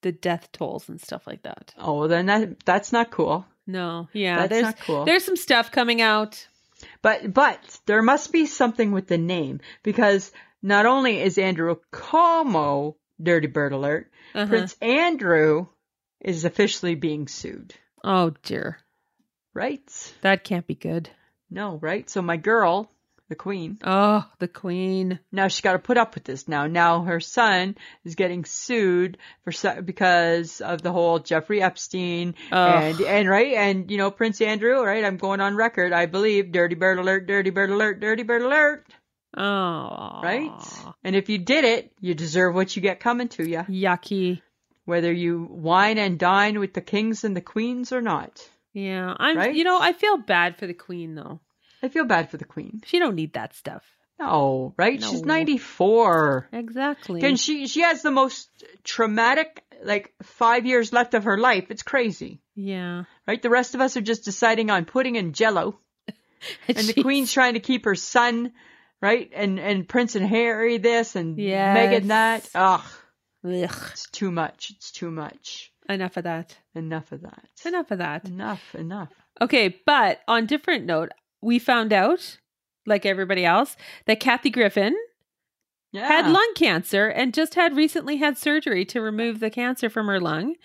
A: the death tolls and stuff like that.
B: Oh, well, then that that's not cool.
A: No, yeah,
B: That's
A: there's
B: not cool.
A: there's some stuff coming out.
B: But but there must be something with the name because not only is Andrew Cuomo Dirty Bird Alert,
A: Uh-huh.
B: Prince Andrew is officially being sued.
A: oh dear,
B: Right?
A: that can't be good.
B: No, right? So my girl, the queen,
A: Oh, the queen.
B: now she's got to put up with this now. Now her son is getting sued for so- because of the whole Jeffrey Epstein
A: Ugh.
B: and and right and you know Prince Andrew, right? I'm going on record, I believe. Dirty bird alert, dirty bird alert, dirty bird alert,
A: Oh,
B: right? And if you did it, you deserve what you get coming to you,
A: Yucky.
B: whether you wine and dine with the kings and the queens or not.
A: Yeah, I'm.
B: Right?
A: You know, I feel bad for the queen though.
B: I feel bad for the queen.
A: She don't need that stuff.
B: No, right? She's
A: No.
B: 94.
A: Exactly.
B: And she she has the most traumatic like 5 years left of her life. It's crazy.
A: yeah.
B: Right? The rest of us are just deciding on pudding
A: (laughs)
B: and jello. And the
A: She's-
B: queen's trying to keep her son, right? And and Prince and Harry this and Meghan that.
A: Yes.
B: Ugh,
A: Ugh,
B: it's too much. It's too much.
A: enough of that.
B: Enough of that.
A: Enough of that.
B: Enough, enough.
A: Okay, but on different note, we found out, like everybody else, that Kathy Griffin
B: Yeah.
A: had lung cancer and just had recently had surgery to remove the cancer from her lung,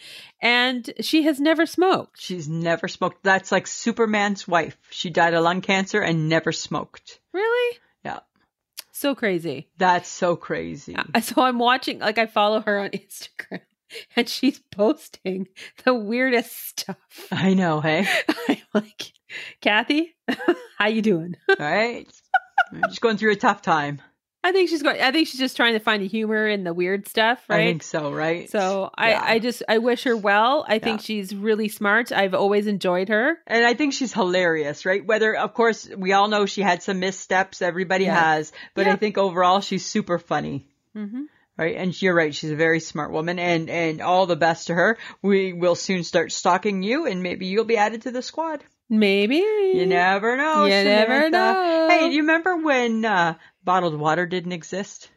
A: and she has never smoked.
B: She's never smoked. That's like Superman's wife. She died of lung cancer and never smoked.
A: Really?
B: Yeah.
A: So crazy.
B: That's so crazy.
A: Uh, (laughs) So I'm watching, like, I follow her on (laughs) Instagram, and she's posting the weirdest stuff.
B: (laughs)
A: (laughs)
B: I know, hey.
A: I'm like, Kathy, (laughs) how you doing?
B: All right. I'm just going through a tough time.
A: I think she's going. I think she's just trying to find the humor in the weird stuff,
B: I
A: right?
B: think so, right?
A: so I,
B: Yeah.
A: I just I wish her well. I think she's really smart. I've always enjoyed her.
B: And I think she's hilarious, right? Whether, of course, we all know she had some missteps. Everybody
A: Yeah.
B: has, but
A: Yeah.
B: I think overall she's super funny. Mm-hmm.
A: Mhm.
B: Right. And you're right. She's a very smart woman and, and all the best to her. We will soon start stalking you and maybe you'll be added to the squad.
A: Maybe
B: You never know.
A: You never
B: Samantha.
A: know.
B: Hey, do you remember when, uh, bottled water didn't exist?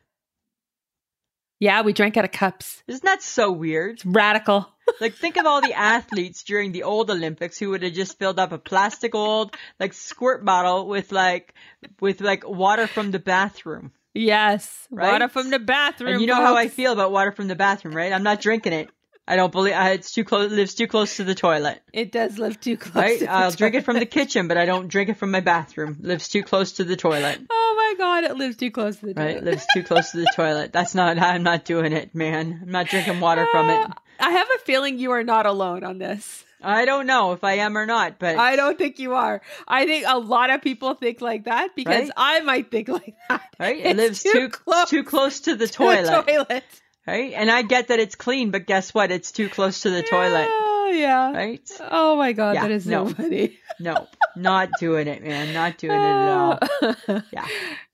A: yeah, we drank out of cups.
B: Isn't that so weird? (laughs)
A: Radical.
B: Like, think of all the athletes during the old Olympics who would have just filled up a plastic old, like, squirt bottle with, like, with, like, water from the bathroom.
A: Yes, water
B: Right?
A: from the bathroom.
B: And you know how I
A: folks.
B: feel about water from the bathroom, right? I'm not drinking it. I don't believe, I, it's too close, it lives too close to
A: (laughs)
B: the toilet,
A: It does live too close.
B: right?
A: to the
B: I'll drink it
A: toilet. (laughs)
B: from the kitchen, but I don't drink it from my bathroom. Lives too close to the toilet,
A: Oh my god, it lives too close to the
B: right?
A: toilet.
B: Lives too close to the toilet. That's not, I'm not doing it, man. I'm not drinking water
A: (laughs)
B: from it.
A: Uh, I have a feeling you are not alone on this.
B: I don't know if I am or not, but.
A: I don't think you are. I think a lot of people think like that because
B: Right?
A: I might think like (laughs) that.
B: Right?
A: It's
B: It lives
A: too
B: too,
A: close
B: too close to the
A: to the
B: toilet.
A: (laughs) toilet.
B: Right? And I get that it's clean, but guess what? It's too close to the toilet.
A: Oh yeah.
B: Right?
A: Oh my god,
B: Yeah,
A: that is so
B: no.
A: funny.
B: No. Not doing it, man. Not doing it at all.
A: (laughs)
B: Yeah.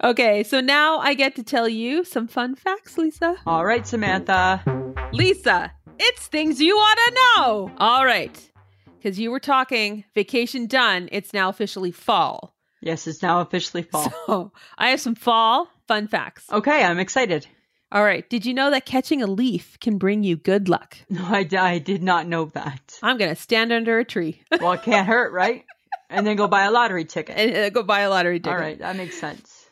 A: Okay, so now I get to tell you some fun facts, Lisa.
B: All right, Samantha.
A: Lisa, it's things you want to know. All right. Because you were talking vacation done, it's now officially fall.
B: Yes, it's now officially fall.
A: (laughs) So I have some fall fun facts.
B: Okay, I'm excited. (laughs)
A: All right. Did you know that catching a leaf can bring you good luck?
B: No, I, d- I did not know that.
A: I'm going to stand under a tree (laughs)
B: Well, it can't hurt, right? And then go buy a lottery ticket.
A: and uh, go buy a lottery ticket.
B: All right, that makes sense.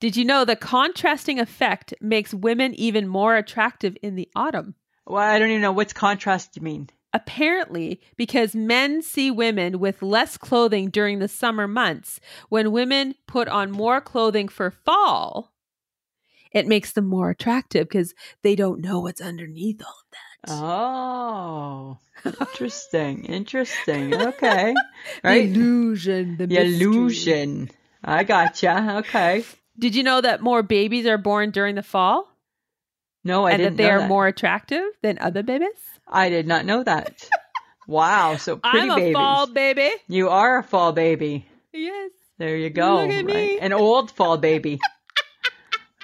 A: Did you know the contrasting effect makes women even more attractive in the autumn?
B: Well, I don't even know what's contrast mean.
A: Apparently, because men see women with less clothing during the summer months, when women put on more clothing for fall, it makes them more attractive because they don't know what's underneath all of
B: Oh, interesting, interesting. Okay,
A: that.
B: right?
A: The illusion, the
B: The
A: mystery.
B: illusion. I gotcha. Okay.
A: Did you know that more babies are born during the fall
B: No, I
A: and
B: didn't
A: that they
B: know
A: are
B: that.
A: more attractive than other babies?
B: I did not know that. wow. So
A: (laughs)
B: pretty
A: I'm a
B: babies.
A: fall baby.
B: You are a fall baby.
A: Yes.
B: There you go.
A: Look at
B: right?
A: me.
B: An old
A: (laughs)
B: fall baby.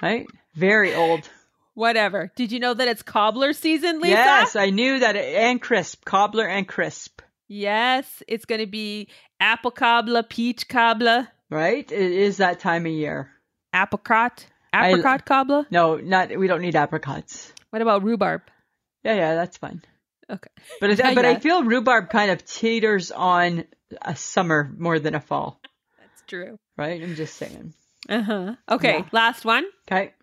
B: right? Very old.
A: Whatever. Did you know that it's cobbler season, Lisa?
B: Yes, I knew that. And crisp, cobbler and crisp.
A: Yes, it's going to be apple cobbler, peach cobbler,
B: Right? It is that time of year.
A: apricot,
B: I-
A: apricot cobbler.
B: No, not. We don't need apricots.
A: What about rhubarb?
B: Yeah, yeah, that's fun.
A: Okay.
B: But I,
A: Yeah,
B: but
A: yeah.
B: I feel rhubarb kind of teeters on a summer more than a fall.
A: That's true.
B: Right? I'm just saying.
A: Uh huh. Okay,
B: Yeah.
A: last one.
B: Okay.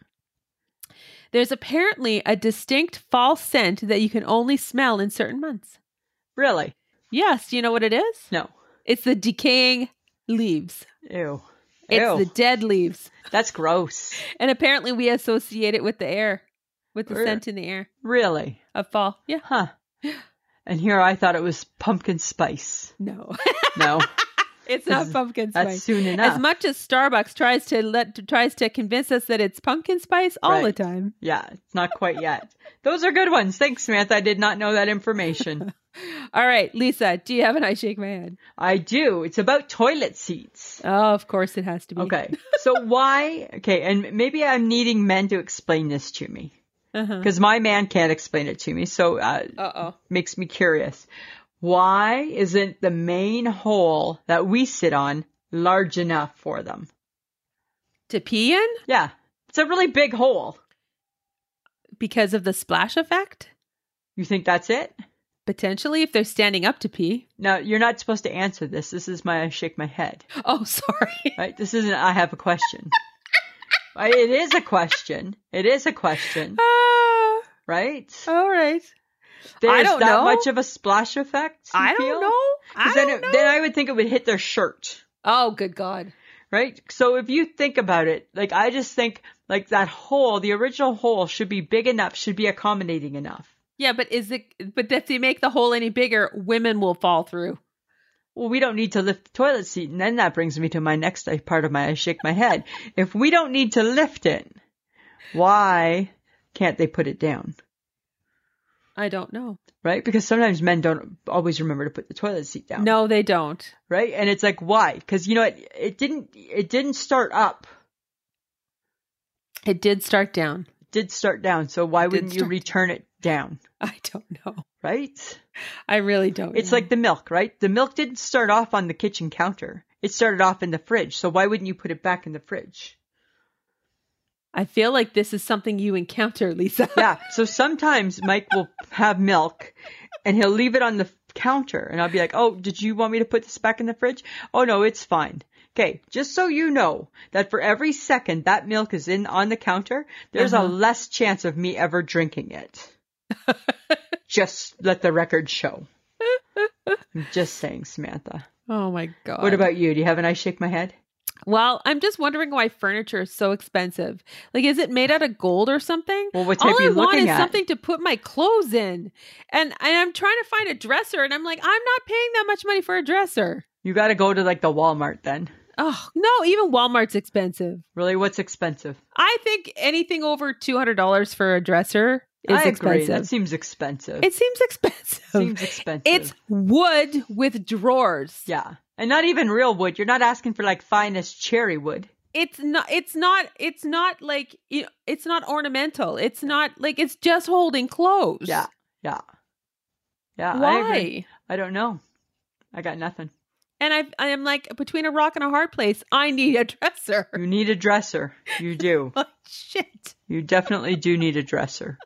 A: There's apparently a distinct fall scent that you can only smell in certain months.
B: Really?
A: Yes, do you know what it is?
B: No.
A: It's the decaying leaves.
B: Ew.
A: It's
B: Ew.
A: the dead leaves.
B: That's gross.
A: And apparently we associate it with the air, with the
B: Really?
A: scent in the air
B: Really?
A: of fall. Yeah.
B: Huh. And here I thought it was pumpkin spice.
A: No. (laughs)
B: No,
A: it's not
B: (laughs) Is-
A: pumpkin
B: that's
A: spice.
B: soon enough.
A: As much as Starbucks tries to let tries to convince us that it's pumpkin spice all
B: Right.
A: the time.
B: yeah, it's not quite yet. Those are good ones. Thanks, Samantha. I did not know
A: (laughs)
B: that information.
A: All right, Lisa, do you have an I shake my head?
B: I do. It's about
A: (laughs)
B: toilet seats.
A: Oh, of course it has to be.
B: Okay. So why? Okay, and maybe I'm needing men to explain this to me
A: Uh
B: because my man can't explain it to me. So uh,
A: oh.
B: makes me curious. Why isn't the main hole that we sit on large enough for them?
A: To pee in
B: Yeah, it's a really big hole.
A: because of the splash effect?
B: You think that's it?
A: Potentially, if they're standing up to pee.
B: Now, you're not supposed to answer this. This is my I shake my head,
A: Oh, (laughs) sorry.
B: right? This isn't I have a question. Right? It is a question. It is a question,
A: Ah,
B: right?
A: all right.
B: There's
A: don't
B: that
A: know.
B: much of a splash effect. you
A: I
B: feel?
A: don't know.
B: 'Cause
A: I
B: then,
A: don't
B: it-
A: know.
B: then I would think it would hit their shirt,
A: Oh, good God.
B: right? So if you think about it, like I just think like that hole, the original hole should be big enough, should be accommodating enough.
A: Yeah, but is it? But if they make the hole any bigger, women will fall through.
B: well, we don't need to lift the toilet uh, seat. And then that brings me to my next part of my I shake my head. If we don't need to lift it, Why can't they put it down?
A: I don't know.
B: Right? Because sometimes men don't always remember to put the toilet seat down.
A: No, they don't.
B: Right? And it's like why? Because you know it it didn't it didn't start up.
A: It did start down. (laughs)
B: It did start down. So why
A: did
B: wouldn't you
A: start-
B: return it down?
A: I don't know.
B: Right?
A: I really don't.
B: It's
A: know.
B: like the milk, right? The milk didn't start off on the kitchen counter. It started off in the fridge. So why wouldn't you put it back in the fridge?
A: I feel like this is something you encounter, Lisa. (laughs)
B: Yeah. So sometimes Mike will have milk and he'll leave it on the counter and I'll be like, Oh, did you want me to put this back in the fridge? Oh no, it's fine. Okay. Just so you know that for every second that milk is in on the counter, there's
A: Uh-huh.
B: a less chance of me ever
A: (laughs)
B: drinking it. just let the record show. I'm just saying, Samantha.
A: Oh my god.
B: What about you? Do you have an I shake my head?
A: Well, I'm just wondering why furniture is so expensive. Like, is it made out of gold or something?
B: Well, what type
A: All
B: are
A: I
B: you
A: want
B: looking
A: is
B: at?
A: something to put my clothes in, and I- I'm trying to find a dresser, and I'm like, I'm not paying that much money for a dresser.
B: You got to go to like the Walmart then.
A: Oh no, even Walmart's expensive.
B: Really, what's expensive?
A: I think anything over two hundred dollars for a dresser is
B: I agree.
A: expensive.
B: That seems expensive.
A: It seems expensive.
B: seems expensive.
A: It's wood with drawers.
B: yeah, and not even real wood. You're not asking for like finest cherry wood.
A: It's not. It's not. It's not like you know, it's not ornamental. It's not like it's just holding clothes.
B: Yeah, yeah, yeah. I agree.
A: Why?
B: I don't know. I got nothing.
A: And I I am like between a rock and a hard place. I need a dresser. (laughs)
B: You need a dresser. You do.
A: Like, shit.
B: you definitely do need a dresser.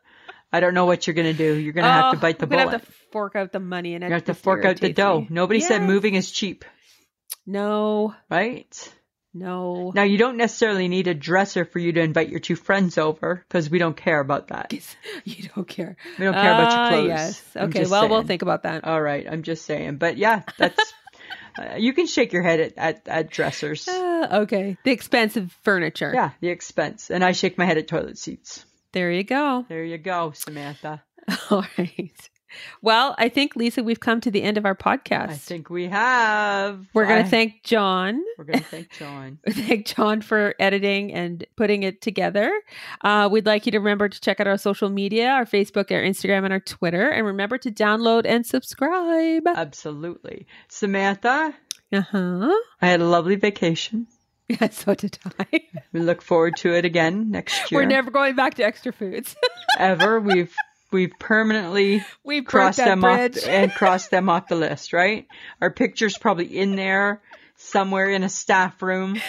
B: I don't know what you're gonna do. You're gonna have to
A: Oh,
B: bite the
A: I'm gonna
B: bullet.
A: have to fork out the money and
B: you have to fork out the dough. Nobody said moving is cheap,
A: No,
B: right?
A: no.
B: Now you don't necessarily need a dresser for you to invite your two friends over because we don't care about
A: (laughs)
B: that.
A: Guess You don't care.
B: We don't care about
A: Ah,
B: your clothes.
A: Yes.
B: I'm
A: Okay.
B: just
A: Well, we'll
B: saying. Oh,
A: think about that.
B: All right, I'm just saying, but yeah, that's (laughs) uh, you can shake your head at at, at dressers.
A: Ah, okay. The expensive furniture.
B: Yeah, the expense, and I shake my head at toilet seats.
A: There you go. (laughs)
B: There you go, Samantha.
A: All right. Well, I think Lisa, we've come to the end of our podcast.
B: I think we have.
A: We're going
B: I-
A: to thank John.
B: We're gonna thank
A: (laughs)
B: John.
A: Thank John for editing and putting it together. Uh, we'd like you to remember to check out our social media, our Facebook, our Instagram, and our Twitter. And remember to download and subscribe.
B: Absolutely, Samantha.
A: Uh huh.
B: I had a lovely vacation.
A: (laughs) Yeah, so did I.
B: We look forward to it again next year.
A: We're never going back to extra foods. (laughs)
B: ever. We've we've permanently
A: We've crossed
B: crossed
A: that
B: them
A: bridge.
B: off
A: (laughs)
B: and crossed them off the list, right? Our picture's probably in there somewhere in a staff room.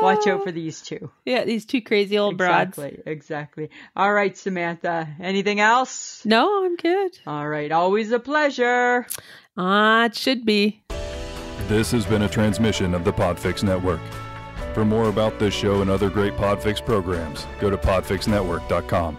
B: Watch out for these two.
A: Ah. yeah these two crazy old broads.
B: exactly, exactly. All right, Samantha. Anything else?
A: No, I'm good.
B: All right, always a pleasure.
A: Ah, it should be.
C: This has been a transmission of the Podfix Network. For more about this show and other great Podfix programs, go to podfixnetwork.com.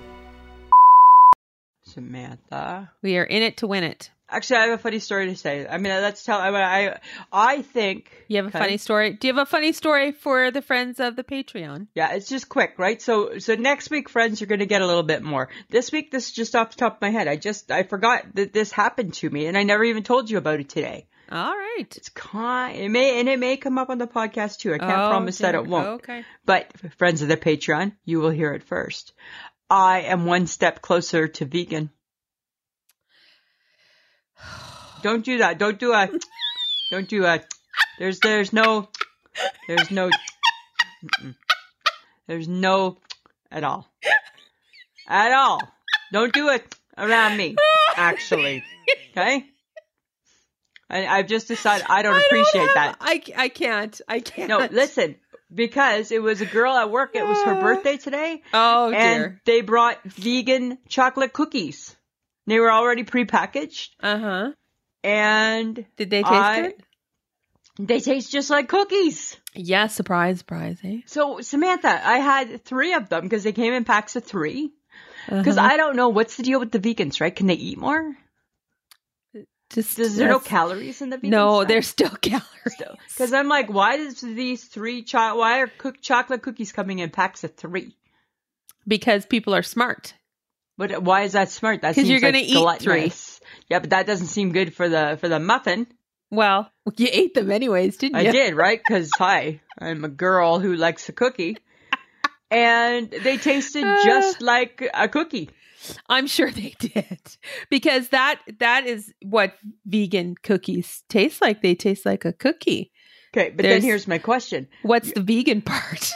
B: Samantha.
A: We are in it to win it.
B: Actually, I have a funny story to say. I mean, let's tell. I I, I think
A: You have a
B: Okay.
A: funny story. Do you have a funny story for the friends of the Patreon?
B: Yeah, it's just quick, right? So, so next week, friends, you're going to get a little bit more. This week, this is just off the top of my head. I just, I forgot that this happened to me and I never even told you about it today.
A: All right.
B: It's kind, it may, and it may come up on the podcast too. I can't
A: Oh,
B: promise that
A: dear.
B: it won't.
A: Okay.
B: But friends of the Patreon, you will hear it first. I am one step closer to vegan. Don't do that. Don't do a, don't do a, there's, there's no, there's no, mm-mm. there's no at all. At all. Don't do it around me, actually. Okay? I, I've just decided I don't
A: I don't
B: appreciate
A: have-
B: that.
A: I, I can't. I can't. (laughs)
B: No, listen, because it was a girl at work. It was her
A: (sighs)
B: birthday today,
A: Oh
B: and
A: dear.
B: they brought vegan chocolate cookies. They were already prepackaged,
A: Uh huh.
B: and
A: Did they taste
B: I-
A: good?
B: they taste just like cookies.
A: Yeah. Surprise, surprise. Eh?
B: So Samantha, I had three of them because they came in packs of three. Because
A: Uh-huh.
B: I don't know what's the deal with the vegans, right? Can they eat more?
A: just
B: Is there no
A: that's-
B: calories in the vegan?
A: No,
B: stuff?
A: there's still (laughs) calories.
B: Because I'm like, why does these three cho- why are cook- chocolate cookies coming in packs of three?
A: because people are smart.
B: But why is that smart? That
A: 'Cause
B: seems
A: you're gonna
B: like
A: eat
B: gluttonous. Yeah, but that doesn't seem good for the for the muffin.
A: Well, you ate them anyways, didn't
B: I
A: you?
B: did right because hi, I'm a girl who likes a cookie. and
A: (laughs)
B: they tasted just like a cookie.
A: I'm sure they (laughs) did because that that is what vegan cookies taste like. They taste like a cookie.
B: Okay, but then
A: There's-
B: here's my question,
A: What's the vegan (laughs) part?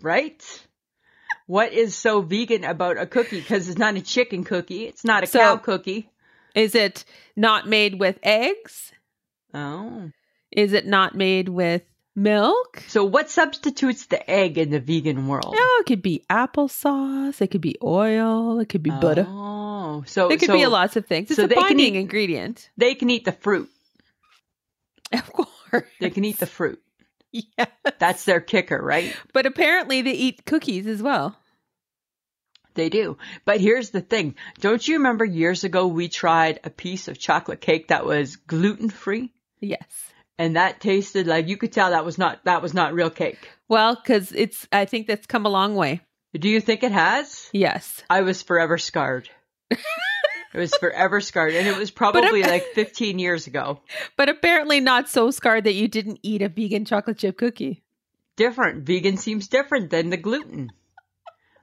B: right? What is so vegan about a cookie? Because it's not a chicken cookie. It's not a
A: So-
B: cow cookie.
A: Is it not made with eggs?
B: Oh.
A: Is it not made with milk?
B: So what substitutes the egg in the vegan world?
A: No, Oh, it could be applesauce. It could be oil. It could be butter.
B: Oh, so
A: It could
B: so
A: be a lots of things. It's
B: so
A: a
B: they can
A: binding
B: eat-
A: ingredient, (laughs)
B: They can eat the fruit.
A: of course. (laughs)
B: They can eat the fruit.
A: yeah,
B: That's their kicker, right?
A: but apparently they eat cookies as well.
B: They do. But here's the thing. Don't you remember years ago we tried a piece of chocolate cake that was gluten free?
A: Yes.
B: And that tasted like you could tell that was not that was not real cake.
A: Well, because it's. I think that's come a long way.
B: Do you think it has?
A: Yes.
B: I was forever scarred. I was forever scarred. And it was probably
A: ap-
B: like fifteen years ago.
A: But apparently not so scarred that you didn't eat a vegan chocolate chip cookie.
B: different. Vegan seems different than the gluten.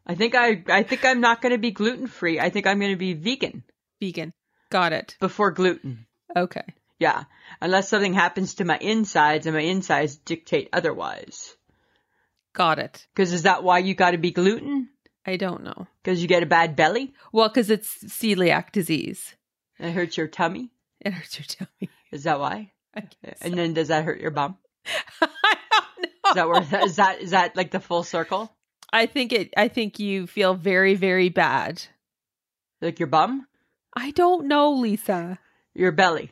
B: I think I I think I'm not going to be gluten free. I think I'm going to be vegan
A: Vegan. Got it.
B: before gluten.
A: Okay.
B: Yeah, unless something happens to my insides and my insides dictate otherwise.
A: Got it.
B: Because is that why you got to be gluten?
A: I don't know.
B: Because you get a bad belly?
A: Well, because it's celiac disease.
B: It hurts your tummy.
A: It hurts your tummy.
B: Is that why?
A: I guess.
B: And then does that hurt your bum?
A: (laughs) I don't know.
B: Is that where is that is that like the full circle?
A: I think it. I think you feel very, very bad.
B: Like your bum,
A: I don't know, Lisa.
B: your belly,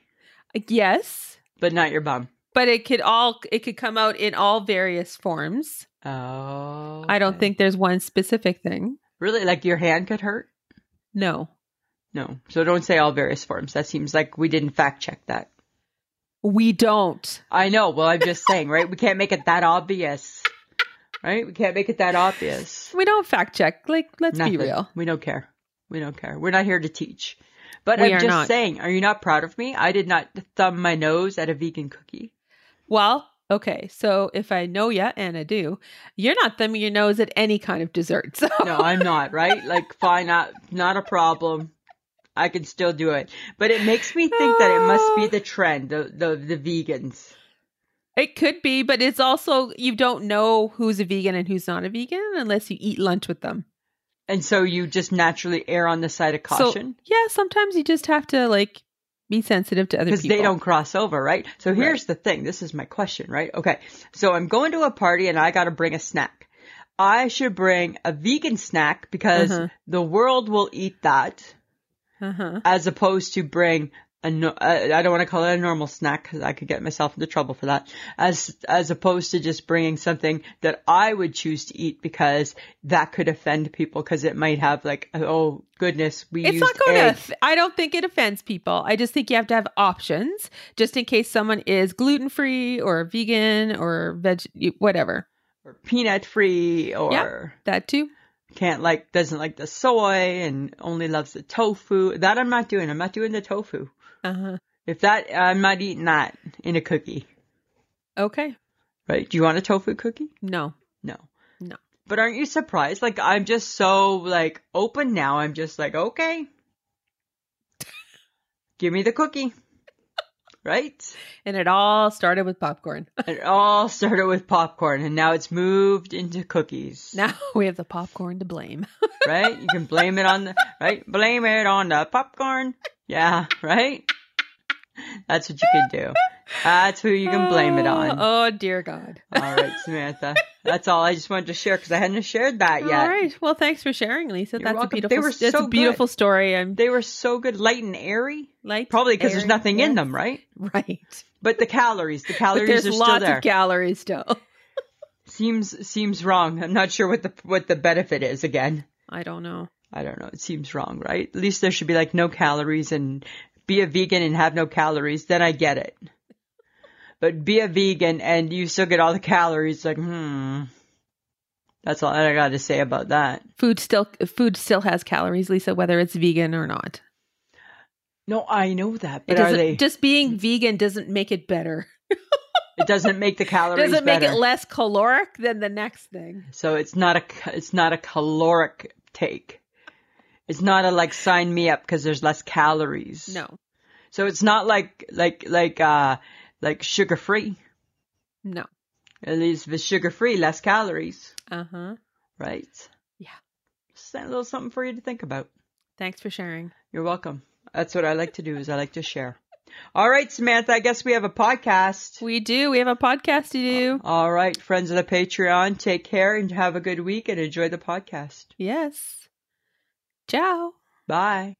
A: Uh, Yes,
B: but not your bum.
A: but it could all. It could come out in all various forms.
B: Oh,
A: I don't
B: okay.
A: think there's one specific thing.
B: really like your hand could hurt.
A: No.
B: No. So don't say all various forms. That seems like we didn't fact check that.
A: We don't.
B: I know. Well, I'm just saying, right? We can't make it that obvious. Right? We can't make it that obvious.
A: We don't fact check. Like, let's
B: Nothing.
A: be real.
B: We don't care. We don't care. We're not here to teach. But
A: We
B: I'm
A: are
B: just
A: not.
B: saying, are you not proud of me? I did not thumb my nose at a vegan cookie.
A: Well, okay. So if I know ya, and I do, you're not thumbing your nose at any kind of dessert. (laughs) So
B: No, I'm not, right? Like fine, not not a problem. I can still do it. But it makes me think that it must be
A: Ah.
B: the trend, the the, the vegans.
A: it could be, but it's also you don't know who's a vegan and who's not a vegan unless you eat lunch with them.
B: And so you just naturally err on the side of caution.
A: So, yeah, sometimes you just have to like be sensitive to other
B: because
A: people.
B: they don't cross over, right? So here's the thing. This is my question, right? Okay. So I'm going to a party and I got to bring a snack. I should bring a vegan snack because
A: Uh-huh.
B: the world will eat that
A: Uh-huh.
B: as opposed to bring a no, uh, I don't want to call it a normal snack because I could get myself into trouble for that as, as opposed to just bringing something that I would choose to eat because that could offend people because it might have like, oh goodness, we
A: It's
B: used
A: not going
B: egg.
A: to. I don't think it offends people. I just think you have to have options, just in case someone is gluten free or vegan or veg, whatever.
B: or peanut free or.
A: That too.
B: can't like doesn't like the soy and only loves the tofu. That I'm not doing. I'm not doing the tofu.
A: Uh-huh.
B: If that I'm not eating that in a cookie,
A: Okay.
B: right? Do you want a tofu cookie?
A: No.
B: No.
A: No.
B: But aren't you surprised? Like I'm just so like open now. I'm just like, okay. Give me the cookie. Right?
A: And it all started with popcorn. (laughs)
B: It all started with popcorn and now it's moved into cookies.
A: now we have the popcorn to blame.
B: right? You can blame it on the right. Blame it on the popcorn. Yeah, right. That's what you can do. That's who you can blame it on. All
A: (gasps) Oh, oh, dear God.
B: right, Samantha. That's all. I just wanted to share because I hadn't shared that yet.
A: All right. Well, thanks for sharing, Lisa.
B: You're
A: that's
B: welcome.
A: a beautiful.
B: They were
A: that's
B: so
A: a beautiful story. I'm
B: They were so good, light and airy.
A: like
B: Probably because there's nothing in them, right?
A: (laughs) Right.
B: But the calories, the
A: But
B: calories
A: there's
B: are
A: lots
B: still there.
A: of calories still. (laughs)
B: seems seems wrong. I'm not sure what the what the benefit is again.
A: I don't know.
B: I don't know. It seems wrong, right? At least there should be like no calories and be a vegan and have no calories. Then I get it. But be a vegan and you still get all the calories. Like, hmm. That's all I got to say about that.
A: Food still food still has calories, Lisa, whether it's vegan or not.
B: No, I know that,
A: It
B: but are
A: doesn't-
B: they?
A: just being vegan doesn't make it better.
B: It doesn't make the calories
A: Doesn't make
B: better.
A: it less caloric than the next thing.
B: so it's not a ca- it's not a caloric take. It's not a like sign me up because there's less calories.
A: No,
B: So it's not like like like uh like sugar free.
A: no.
B: At least if it's sugar free, less calories,
A: Uh huh.
B: right?
A: Yeah.
B: Just a little something for you to think about.
A: Thanks for sharing.
B: You're welcome. That's what I like to do is I like to share. All right, Samantha, I guess we have a podcast.
A: We do. We have a podcast to do.
B: All right, friends of the Patreon, take care and have a good week and enjoy the podcast.
A: Yes. Ciao.
B: Bye.